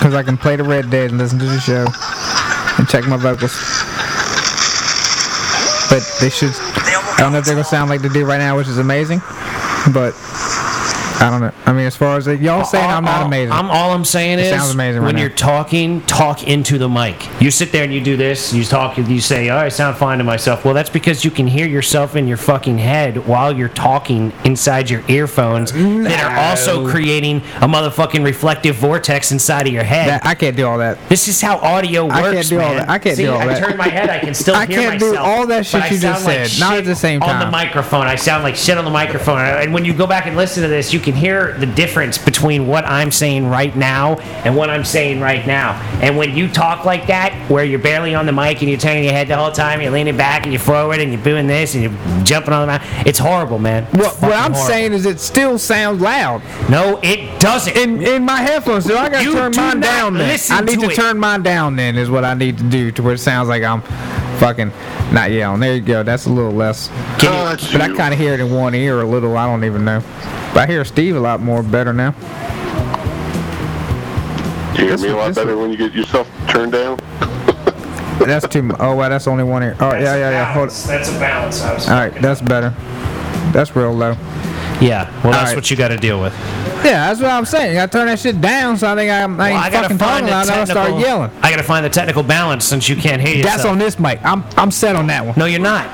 Cause I can play the Red Dead and listen to the show and check my vocals. But they should I don't know if they're gonna sound like they do right now, which is amazing. But I don't know. I mean as far as y'all saying Uh, I'm not all- amazing. I'm all I'm saying is sounds amazing right when now. you're talking, talk into the mic. You sit there and you do this, you talk, you say, "Oh, I sound fine to myself." Well, that's because you can hear yourself in your fucking head while you're talking inside your earphones that are also No. creating a motherfucking reflective vortex inside of your head. that, I can't do all that. this is how audio works, I can't do all man. that. I can't See, do all I that. turn my head, I can still [laughs] I hear can't do myself. all that but shit I you just sound like said, not at shit the same On the time. microphone, I sound like shit on the microphone. And when you go back and listen to this, you can hear the difference between what I'm saying right now and what I'm saying right now. And when you talk like that, where you're barely on the mic and you're turning your head the whole time, you're leaning back and you're forward and you're doing this and you're jumping on the mic, it's horrible, man. It's What, what fucking I'm horrible. saying is it still sounds loud. no, it doesn't. in in my headphones. So I gotta You turn do mine not down. Then listen I need to to, it. turn mine down. Then is what I need to do to where it sounds like I'm fucking not yelling. There you go. That's a little less. Got But I you. kind of hear it in one ear a little. I don't even know. But I hear Steve a lot more better now. You hear This me a one- lot this better when you get yourself turned down? That's too. mu- Oh wow, that's only one ear. Oh yeah, yeah, yeah. Hold. it. That's a balance. I was All right, that's better. That's real low. yeah, well, that's right. what you got to deal with. Yeah, that's what I'm saying. I turn that shit down so I think I'm I ain't Well, I gotta fucking find talking the loud. and I'll start technical- yelling. I gotta find the technical balance since you can't hear yourself. That's on this mic. I'm I'm set on that one. No, you're not.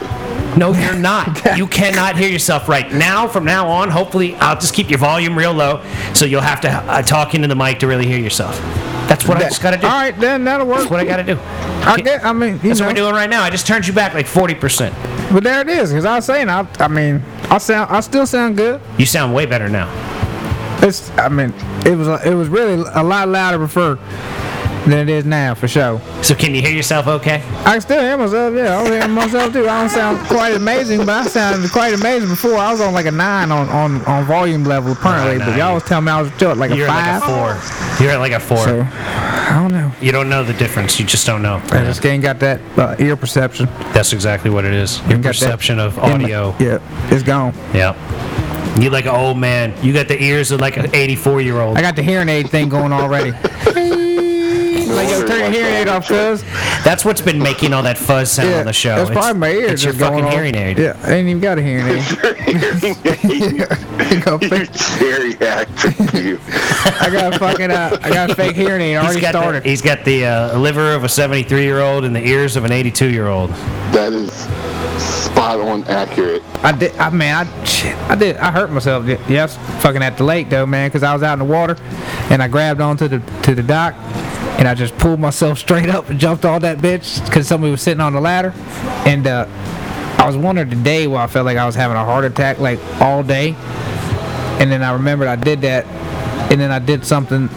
No, [laughs] you're not. You cannot hear yourself right now. From now on, hopefully, I'll just keep your volume real low, so you'll have to uh, talk into the mic to really hear yourself. That's what I That- just gotta do. All right, then that'll work. That's what I gotta do. I, get, I mean, you That's know. what we're doing right now. I just turned you back like forty percent. But there it is, because I was saying, I, I mean, I sound, I still sound good. You sound way better now. It's, I mean, it was, it was really a lot louder before than it is now, for sure. So can you hear yourself okay? I can still hear myself, yeah, I was hearing myself too. I don't sound quite amazing, but I sounded quite amazing before. I was on like a nine on, on, on volume level apparently, but nine. y'all was telling me I was still at like a You're at five. like a four. You're at like a four. So, I don't know. You don't know the difference. You just don't know. I just ain't got that uh, ear perception. That's exactly what it is. Your Ain't got that perception of in my- audio. yeah, it's gone. Yeah. You like an old man. You got the ears of like an 84 year old. I got the hearing aid thing [laughs] going already. like, yo, turn your hearing aid off, cuz. That's what's been making all that fuzz sound on the show. That's It's- probably my ears. It's your just going fucking off. hearing aid. Yeah, I ain't even got a hearing aid. I got you fake- Jerry acting you. I got a fucking uh, I got a fake hearing aid. [laughs] I He's already got, the, started. he's got the uh, liver of a 73 year old and the ears of an 82 year old. That is spot on accurate. I did. I mean, I shit, I did. I hurt myself. y- Yes, fucking at the lake though, man, because I was out in the water, and I grabbed onto the to the dock, and I just pulled myself [laughs] straight up and jumped all that bitch because somebody was sitting on the ladder, and uh, I was wondering today why I felt like I was having a heart attack like all day, and then I remembered I did that, and then I did something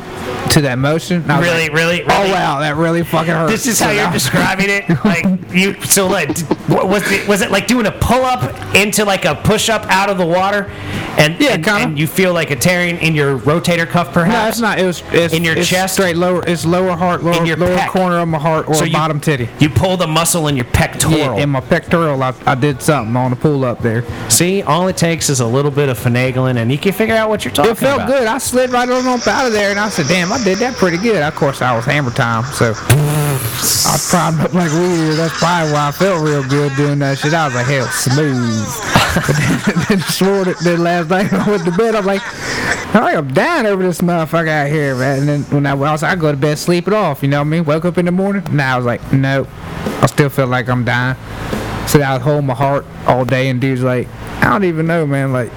to that motion. and I was Really, like, really, Oh really? [laughs] wow, that really fucking hurt. This is how So you're now- describing it. Like you, so like, What, was it was it like doing a pull up into like a push up out of the water, and Yeah, and, kinda. and you feel like a tearing in your rotator cuff perhaps? No, it's not. It was it's, In your it's chest? straight lower. It's lower heart, lower, In your lower pec. corner of my heart, or you- bottom titty. You pull the muscle in your pectoral. Yeah, in my pectoral, I, I did something on the pull up there. See, all it takes is a little bit of finagling, and you can figure out what you're talking It felt about. good. I slid right on up out of there, and I said, "Damn, I did that pretty good." Of course, I was hammer time, so I primed up like weird. That's probably why I felt real good doing that shit. I was like, "Hell, [laughs] smooth." but then, [laughs] then swore that then last night when I went to bed, I'm like, "All right, I'm dying over this motherfucker out here, man." And then when I, I was, I go to bed, sleep it off. You know what I mean? Woke up in the morning, and I was like, "Nope, I still feel like I'm dying." So that I would hold my heart all day, and dude's like, "I don't even know, man." Like.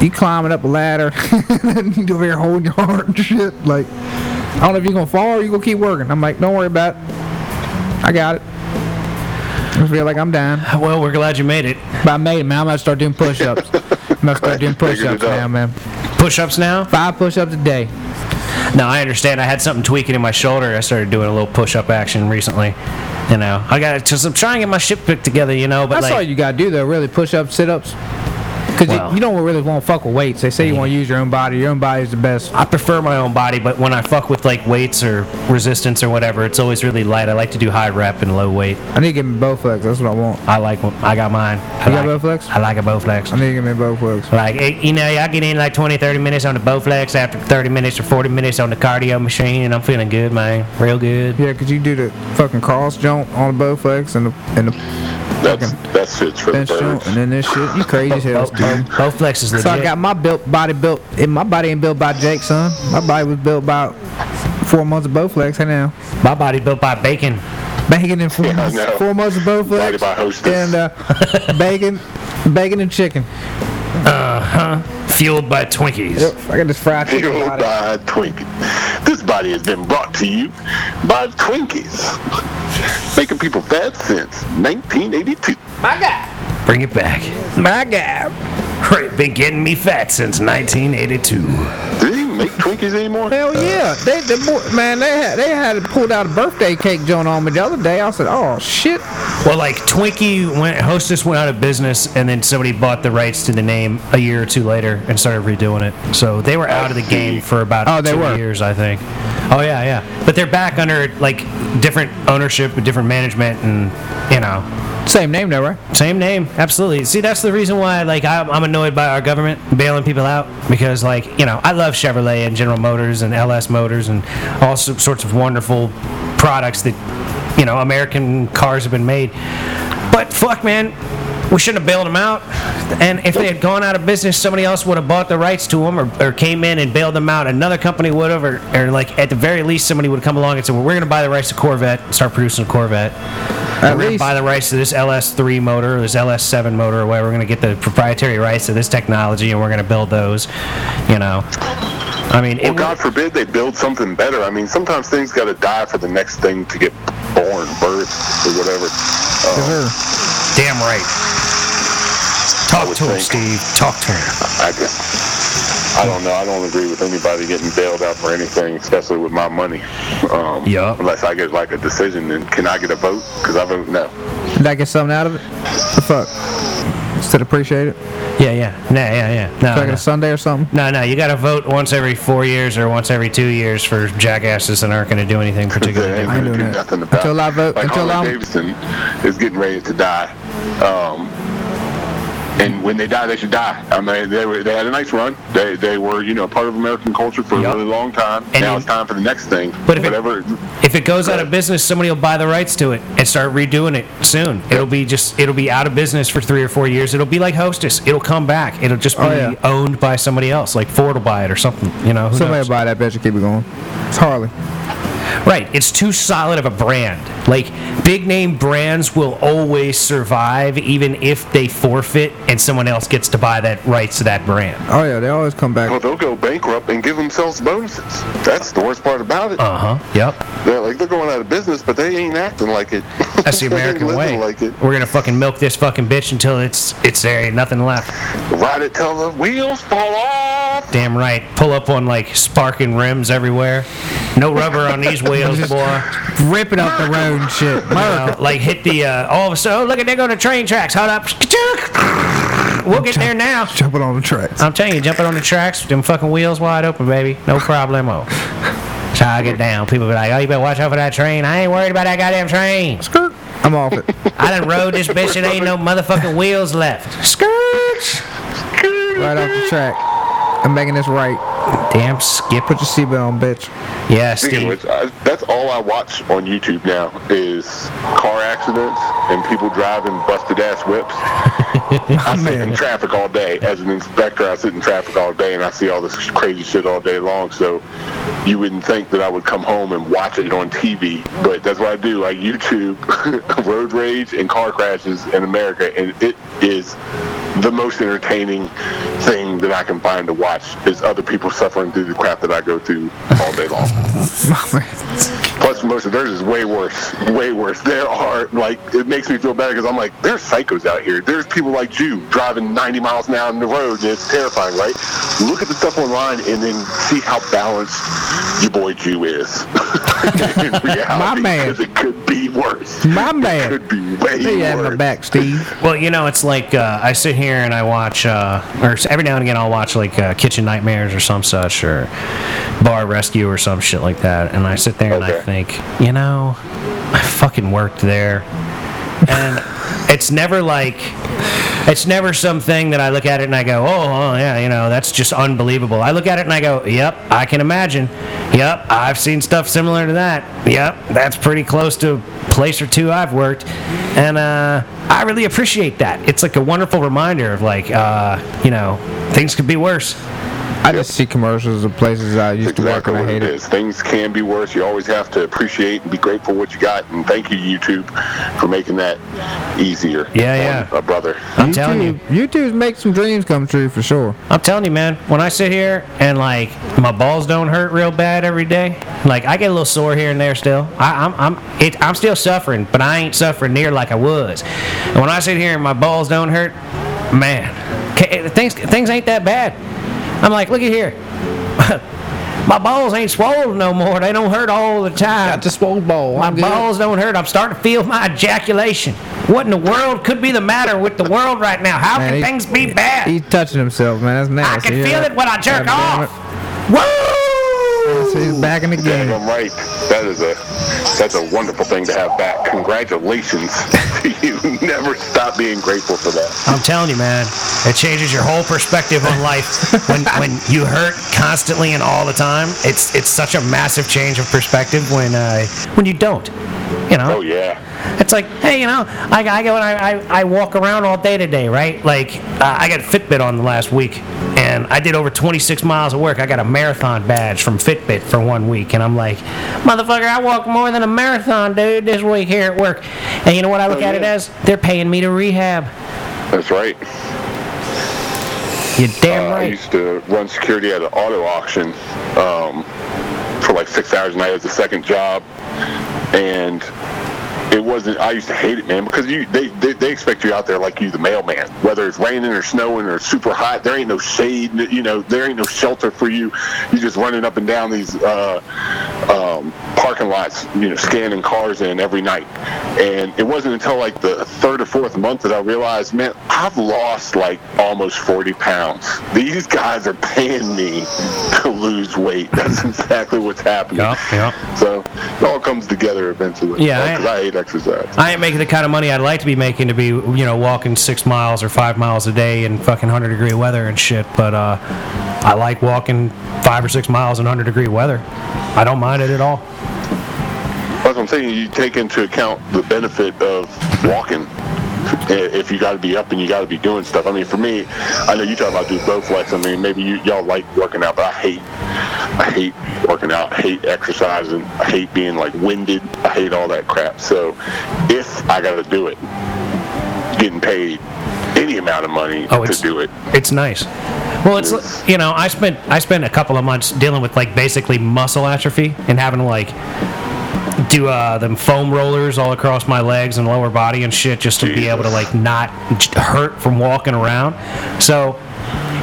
You climbing up a ladder, [laughs] and you over here holding your heart and shit. Like, I don't know if you're gonna fall or you gonna keep working. I'm like, don't worry about it. I got it. I feel like I'm dying. Well, we're glad you made it. But I made it, man. I'm gonna start doing push [laughs] ups. I'm gonna start doing Figured push it ups out. now, man. Push-ups now? Five push ups a day. No, I understand. I had something tweaking in my shoulder. I started doing a little push-up action recently. You know, I got because I'm trying to get my shit picked together. You know, but That's like, all you gotta do, though, really push ups, sit ups. Because Well. you, you don't really wanna fuck with weights. They say you wanna use your own body. Your own body is the best. I prefer my own body, but when I fuck with like weights or resistance or whatever, it's always really light. I like to do high rep and low weight. I need to get me Bowflex. That's what I want. I like I got mine. I You got like, Bowflex? I like a Bowflex. I need to get me Bowflex. Like, it, you know, I get in like 20, 30 minutes on the Bowflex after 30 minutes or 40 minutes on the cardio machine, and I'm feeling good, man. Real good. Yeah, could you do the fucking cross jump on the Bowflex and the, and the That's that's it for the bench jump birds. and then this shit? You crazy as Oh, hell, dude. Bowflex is legit. So I got my built body built. And my body ain't built by Jake, son. My body was built by four months of Bowflex. I know. my body built by bacon. Bacon and [laughs] four, Yeah, I months, know. four months of Bowflex. Body by Hostess. [laughs] and uh, bacon, bacon and chicken. Fueled by Twinkies. Yep, I got this fried chicken. Fueled body. by Twinkies. This body has been brought to you by Twinkies. Making people fat since 1982. Bring it back. [laughs] My God. Been getting me fat since 1982. Do they even make Twinkies anymore? Hell yeah, they, the boy, man, they had they had pulled out a birthday cake joint on me the other day. I said, oh shit, Well, like Twinkie went, Hostess went out of business, and then somebody bought the rights to the name a year or two later and started redoing it. So they were out of the game for about Oh, they two were. years, I think. Oh yeah, yeah. But they're back under like different ownership, with different management, and you know, same name though, right? same name. Absolutely. See, that's the reason why like I'm, I'm annoyed by our government bailing people out because like you know I love Chevrolet and General Motors and LS Motors and all so- sorts of wonderful products that you know American cars have been made. But fuck, man, we shouldn't have bailed them out. And if they had gone out of business, somebody else would have bought the rights to them, or, or came in and bailed them out. Another company would have, or, or like at the very least, somebody would have come along and said, "Well, we're going to buy the rights to Corvette and start producing a Corvette. At we're going to least- buy the rights to this LS3 motor, or this LS7 motor, or whatever. We're going to get the proprietary rights to this technology, and we're going to build those." You know, I mean, it Well, God forbid they build something better. I mean, sometimes things got to die for the next thing to get born, birth, or whatever. Sure. was damn right. Talk would to him, Steve. think. Talk to him. I just, I don't know. I don't agree with anybody getting bailed out for anything, especially with my money. Um, Yeah. Unless I get like a decision, then can I get a vote? Because I vote no. Did I get something out of it? The fuck? Still appreciate it. Yeah, yeah, nah, yeah, yeah. No, Did I get no. a Sunday or something? No, no, you got to vote once every four years or once every two years for jackasses that aren't going to do anything [laughs] particularly. They ain't different. gonna doing do that. nothing about Until I it. vote- Like until Harley I'm- Davidson is getting ready to die. Um, and when they die, they should die. I mean, they were they had a nice run. They they were you know part of American culture for Yup. a really long time. And now in- it's time for the next thing. But if it- whatever. If it goes out of business, somebody will buy the rights to it and start redoing it soon. It'll be just it'll be out of business for three or four years. It'll be like Hostess. It'll come back. It'll just be Oh, yeah. owned by somebody else, like Ford will buy it or something. You know, who Somebody knows? buy that bitch and keep it going. It's Harley. Right. It's too solid of a brand. Like big name brands will always survive, even if they forfeit and someone else gets to buy that rights to that brand. Oh yeah, they always come back. well, they'll go bankrupt and give themselves bonuses. That's the worst part about it. Uh huh. Yep. They're like they're going out of business, but they ain't acting like it. That's the [laughs] They ain't American way. living Like it. We're gonna fucking milk this fucking bitch until it's it's there ain't nothing left. Ride it till the wheels fall off. Damn right. Pull up on like sparking rims everywhere. No rubber on [laughs] these wheels, boy. ripping up the road and shit. You know, like hit the uh, all of a sudden. Oh, look at they go to train tracks. Hold up, we'll get there now. Jumping on the tracks. I'm telling you, jumping on the tracks, with them fucking wheels wide open, baby. No problemo. That's how I get down. People be like, "Oh, you better watch out for that train." I ain't worried about that goddamn train. Skirt. I'm off it. I done rode this bitch and ain't no motherfucking wheels left. Skirts. Right off the track. I'm making this right. Damn skip. Put your seatbelt on, bitch. Yeah, Speaking of Steve. which, I, that's all I watch on YouTube now is car accidents and people driving busted ass whips. I sit in traffic all day. As an inspector, I sit in traffic all day and I see all this crazy shit all day long. So you wouldn't think that I would come home and watch it on TV, but that's what I do. I YouTube [laughs] road rage and car crashes in America, and it is the most entertaining thing that I can find to watch is other people suffering through the crap that I go through all day long. Plus, most of theirs is way worse. Way worse. There are, like, it makes me feel better because I'm like, there's psychos out here. There's people like you driving 90 miles an hour on the road. And it's terrifying, right? Look at the stuff online and then see how balanced your boy Jew is. [laughs] In reality, My man. 'cause It could be worse. My man. It could be way Hey, you having worse. a back, Steve. Well, you know, it's like uh, I sit here and I watch, uh, or s- every now and again I'll watch like uh, Kitchen Nightmares or some such, or Bar Rescue or some shit like that. And I sit there and I Okay. think, you know, I fucking worked there. And it's never like, it's never something that I look at it and I go, oh, oh, yeah, you know, that's just unbelievable. I look at it and I go, yep, I can imagine. Yep, I've seen stuff similar to that. Yep, that's pretty close to a place or two I've worked. And uh, I really appreciate that. It's like a wonderful reminder of like, uh, you know, things could be worse. I just see commercials of places I used to work exactly and I what hate it it. is. Things can be worse. You always have to appreciate and be grateful what you got. And thank you, YouTube, for making that easier. Yeah, on yeah. A brother. I'm telling you. YouTube's make some dreams come true for sure. I'm telling you, man, when I sit here and like my balls don't hurt real bad every day, like I get a little sore here and there still. I, I'm I'm it, I'm still suffering, but I ain't suffering near like I was. And when I sit here and my balls don't hurt, man, ca- eh, things things ain't that bad. I'm like, look at here, [laughs] my balls ain't swollen no more. They don't hurt all the time. Got the swole ball. My I'm good. balls don't hurt. I'm starting to feel my ejaculation. What in the world could be the matter with the world right now? How Man, can he- things be bad? He's touching himself, man. That's I nasty. can you feel know? it when I jerk God damn off. it. Woo! So he's back in the Damn, game. I'm right. That is a that's a wonderful thing to have back. Congratulations [laughs] to you. Never stop being grateful for that. I'm telling you, man, it changes your whole perspective on life. When when you hurt constantly and all the time, it's it's such a massive change of perspective. When uh, when you don't, you know. Oh yeah. It's like, hey, you know, I, I go and I, I, I walk around all day today, right? Like, uh, I got a Fitbit on the last week, and I did over 26 miles of work. I got a marathon badge from Fitbit for one week, and I'm like, motherfucker, I walked more than a marathon, dude, this week here at work. And you know what I look Oh, at it yeah. as? They're paying me to rehab. That's right. You're damn Uh, I right. used to run security at an auto auction um, for like six hours a night as a second job, and it wasn't. I used to hate it, man, because you they, they they expect you out there like you the mailman, whether it's raining or snowing or super hot. There ain't no shade, you know. There ain't no shelter for you. You just running up and down these uh, um, parking lots, you know, scanning cars in every night. And it wasn't until like the third or fourth month that I realized, man, I've lost like almost 40 pounds. These guys are paying me to lose weight. [laughs] That's exactly what's happening. Yup, yup. So it all comes together eventually. Yeah, I- Because I hate exercise. I ain't making the kind of money I'd like to be making to be, you know, walking six miles or five miles a day in fucking 100 degree weather and shit, but uh, I like walking five or six miles in 100 degree weather. I don't mind it at all. That's what I'm saying. You take into account the benefit of walking. I- If you got to be up and you got to be doing stuff. I mean, for me, I know you talk about do Bowflex. I mean, maybe you, y'all like working out, but I hate, I hate working out. I hate exercising. I hate being like winded. I hate all that crap. So, if I got to do it, getting paid any amount of money Oh, to it's- do it. It's nice. Well, it's li- you know, I spent I spent a couple of months dealing with like basically muscle atrophy and having to like do uh, them foam rollers all across my legs and lower body and shit just to be able to like not j- hurt from walking around. So,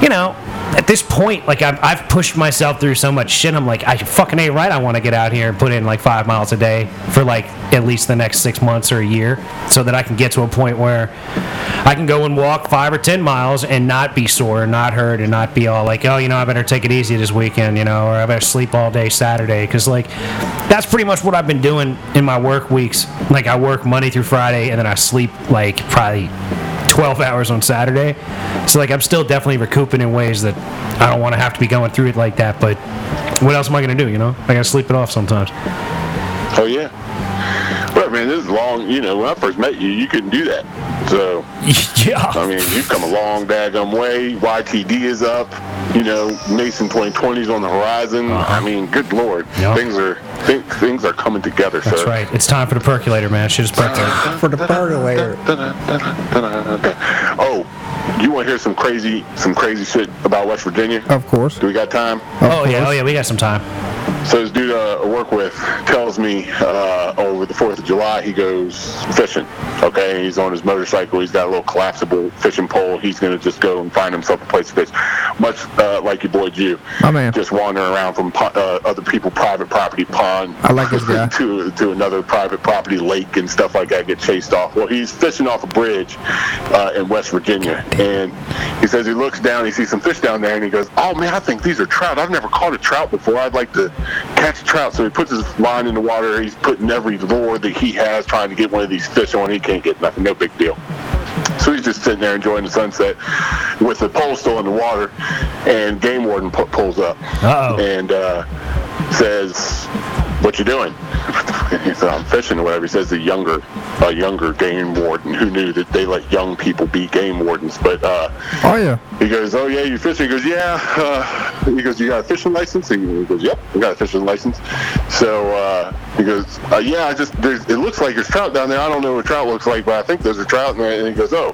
you know, at this point, like I've, I've pushed myself through so much shit. I'm like, I fucking ain't right. I want to get out here and put in like five miles a day for like at least the next six months or a year, so that I can get to a point where I can go and walk five or ten miles and not be sore, and not hurt, and not be all like, oh, you know, I better take it easy this weekend, you know, or I better sleep all day Saturday, because like that's pretty much what I've been doing in my work weeks. Like I work Monday through Friday, and then I sleep like probably 12 hours on Saturday. So, like, I'm still definitely recouping in ways that I don't want to have to be going through it like that. But what else am I going to do? You know, I got to sleep it off sometimes. Oh yeah. Well, man, this is long. You know, when I first met you, you couldn't do that. So I yeah. mean, you've come a long daggum way. YTD is up. You know, Mason 2020 is on the horizon. Uh-huh. I mean, good lord, Yeah. things are th- things are coming together, That's sir. right. It's time for the percolator, man. Shit is percolating. For the percolator. [laughs] Oh, you want to hear some crazy some crazy shit about West Virginia? Of course. Do we got time? Oh, yeah. Oh, yeah. We got some time. So this dude uh, I work with tells me uh, over the 4th of July he goes fishing. Okay, he's on his motorcycle. He's got a little collapsible fishing pole. He's going to just go and find himself a place to fish, much uh, like your boy Jew. My man. Just wandering around from po- uh, other people private property pond I like this guy. [laughs] to, to another private property lake and stuff like that get chased off. Well, he's fishing off a bridge uh, in West Virginia, and he says he looks down, he sees some fish down there, and he goes, "Oh man, I think these are trout. I've never caught a trout before. I'd like to catch a trout." So he puts his line in the water. He's putting every lure that he has, trying to get one of these fish on. He can't get nothing. No big deal. So he's just sitting there enjoying the sunset with the pole still in the water, and game warden pu- pulls up Oh, Uh-oh. and uh, says, "What you doing?" [laughs] he said, "I'm fishing or whatever." He says, "The younger, a younger game warden who knew that they let young people be game wardens." But uh, Oh yeah. he goes, "Oh yeah, you fishing?" He goes, "Yeah." Uh, he goes, "You got a fishing license?" And he goes, "Yep, I got a fishing license." So uh, he goes, uh, "Yeah, I just there's, it looks like there's trout down there. I don't know what trout looks like, but I think there's a trout." in there." And he goes, "Oh."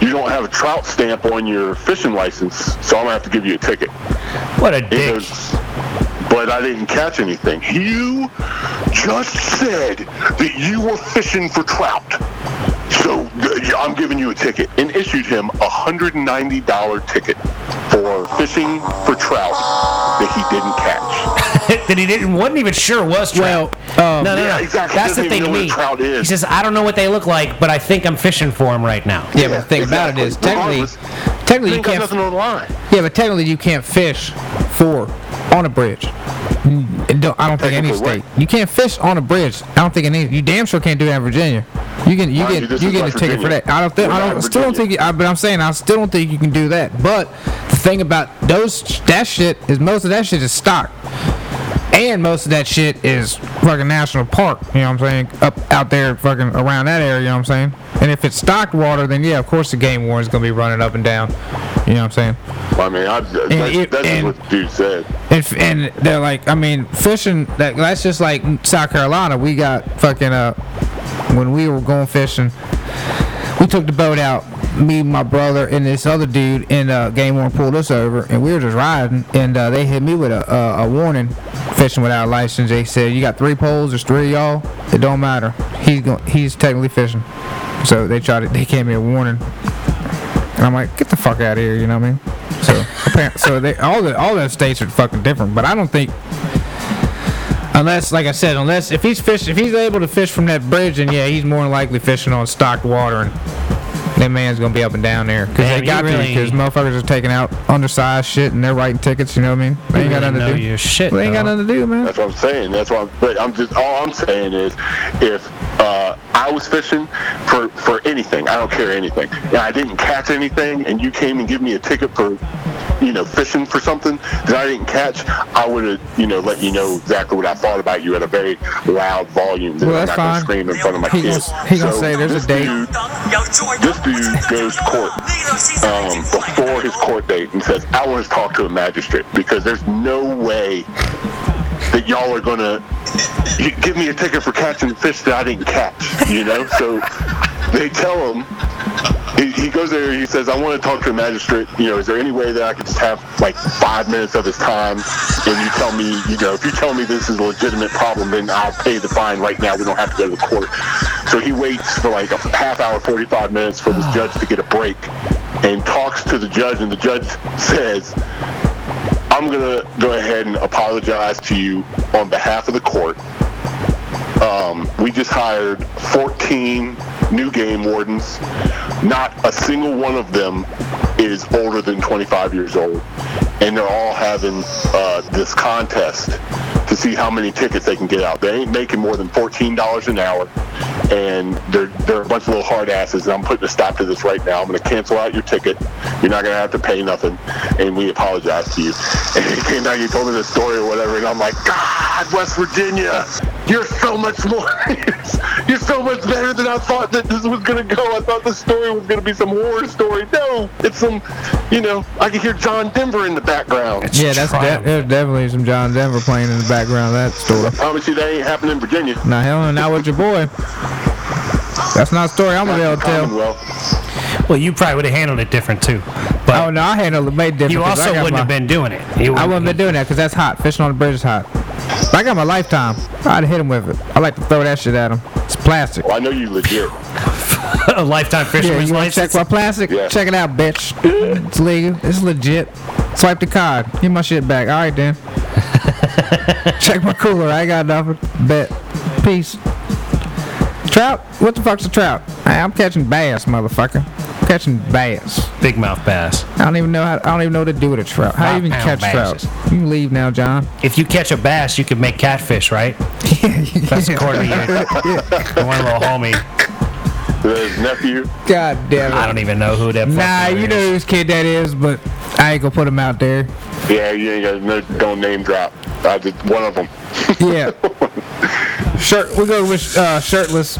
You don't have a trout stamp on your fishing license, so I'm gonna have to give you a ticket. What a He dick. goes, but I didn't catch anything. You just said that you were fishing for trout. So uh, I'm giving you a ticket and issued him a $190 ticket for fishing for trout that he didn't catch. [laughs] that he didn't wasn't even sure was trout. Well, um, no, no, no. Yeah, exactly. That's the Doesn't even thing to know what me. trout is. He says, I don't know what they look like, but I think I'm fishing for them right now. Yeah, but the thing about it exactly. is technically, Regardless, technically you Ain't got can't. nothing on the line. Yeah, but technically you can't fish for on a bridge. Mm, it don't- I don't think any Technically state what? you can't fish on a bridge. I don't think in any. You damn sure can't do that in Virginia. You can you Mind you, get this you is get a West ticket for Virginia. that. I don't think We're I not don't in still don't think. Virginia. you- I, but I'm saying I still don't think you can do that. But the thing about those that shit is most of that shit is stock. And most of that shit is fucking national park, you know what I'm saying? Up out there fucking around that area, you know what I'm saying? And if it's stocked water, then yeah, of course the game warden's gonna be running up and down. You know what I'm saying? I mean, I, that's, it- that's and- what the dude said. If, and they're like, I mean, fishing. That, that's just like South Carolina. We got fucking uh, when we were going fishing, we took the boat out. Me, my brother, and this other dude in uh, Game One pulled us over, and we were just riding, and uh, they hit me with a, a a warning, fishing without a license. They said, "You got three poles. There's three of y'all. It don't matter. He's going. He's technically fishing." So they tried it. They gave me a warning, and I'm like, "Get the fuck out of here!" You know what I mean? So, apparent, so they all the all those states are fucking different. But I don't think, unless, like I said, unless if he's fish, if he's able to fish from that bridge, then yeah, he's more than likely fishing on stocked water, and that man's gonna be up and down there because Damn, they you got really- to because motherfuckers are taking out undersized shit and they're writing tickets. You know what I mean? They ain't got really nothing know to do. your shit, they ain't got though. nothing to do, man. That's what I'm saying. That's what. I'm, but I'm just all I'm saying is, if uh, I was fishing for for anything, I don't care anything, and I didn't catch anything, and you came and give me a ticket for, you know, fishing for something that I didn't catch, I would have, you know, let you know exactly what I thought about you at a very loud volume. That Well, I'm not that's gonna fine. Scream in front of my He kids. gonna- he gonna So say there's a this date. dude This dude goes to court um, before his court date and says, I want to talk to a magistrate because there's no way that y'all are going to give me a ticket for catching fish that I didn't catch, you know? So they tell him, he, he goes there, he says, I want to talk to a magistrate. You know, is there any way that I could just have like five minutes of his time and you tell me, you know, if you tell me this is a legitimate problem, then I'll pay the fine right now. We don't have to go to the court. So he waits for like a half hour, 45 minutes for this judge to get a break and talks to the judge, and the judge says, I'm going to go ahead and apologize to you on behalf of the court. Um, we just hired 14 new game wardens. Not a single one of them is older than 25 years old. And they're all having uh, this contest to see how many tickets they can get out. They ain't making more than $14 an hour. And they're, they're a bunch of little hard asses. And I'm putting a stop to this right now. I'm going to cancel out your ticket. You're not going to have to pay nothing. And we apologize to you. [laughs] And he came down, he told me the story or whatever. And I'm like, God, West Virginia, you're so much more [laughs] you're so much better than I thought that this was gonna go. I thought the story was gonna be some horror story. No, it's some you know, I can hear John Denver in the background. Yeah, that's Try de- 'em. there's definitely some John Denver playing in the background of that story. Promise you that ain't happening in Virginia. Now, Helen, not with your boy. That's not a story I'm gonna be able to tell. Commonwealth. Well, you probably would have handled it different too. Oh But no, I handled it way different. you 'cause I also got wouldn't my- have been doing it. You I wouldn't have been doing that because that's hot. Fishing on the bridge is hot. If I got my lifetime, I'd hit him with it. I like to throw that shit at him. It's plastic. Well, I know you legit. [laughs] a lifetime Yeah, fisherman's you want to license. check my plastic? Yeah. Check it out, bitch. it's legal. It's legit. Swipe the card. Get my shit back. All right, [laughs] then. check my cooler. I ain't got nothing. Bet. Peace. Trout? What the fuck's a trout? Hey, I'm catching bass, motherfucker. I'm catching bass. Big mouth bass. I don't even know how. I don't even know what to do with a trout. How do you even Five-pound catch basses. trout? You can leave now, John. If you catch a bass, you can make catfish, right? That's according to you. [laughs] One little homie. His nephew. [laughs] God damn it. I don't even know who that. Nah, fucker you is. know whose kid that is, but I ain't gonna put him out there. Yeah, you ain't got no don't name drop. I did one of them. Yeah. Shirt. We go with uh, shirtless.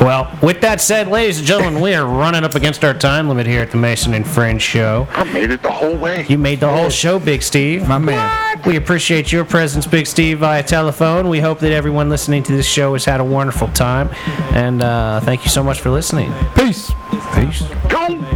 Well, with that said, ladies and gentlemen, we are running up against our time limit here at the Mason and Friends show. I made it the whole way. You made the whole show, Big Steve. My man. We appreciate your presence, Big Steve, via telephone. We hope that everyone listening to this show has had a wonderful time. And uh, thank you so much for listening. Peace. Peace. Go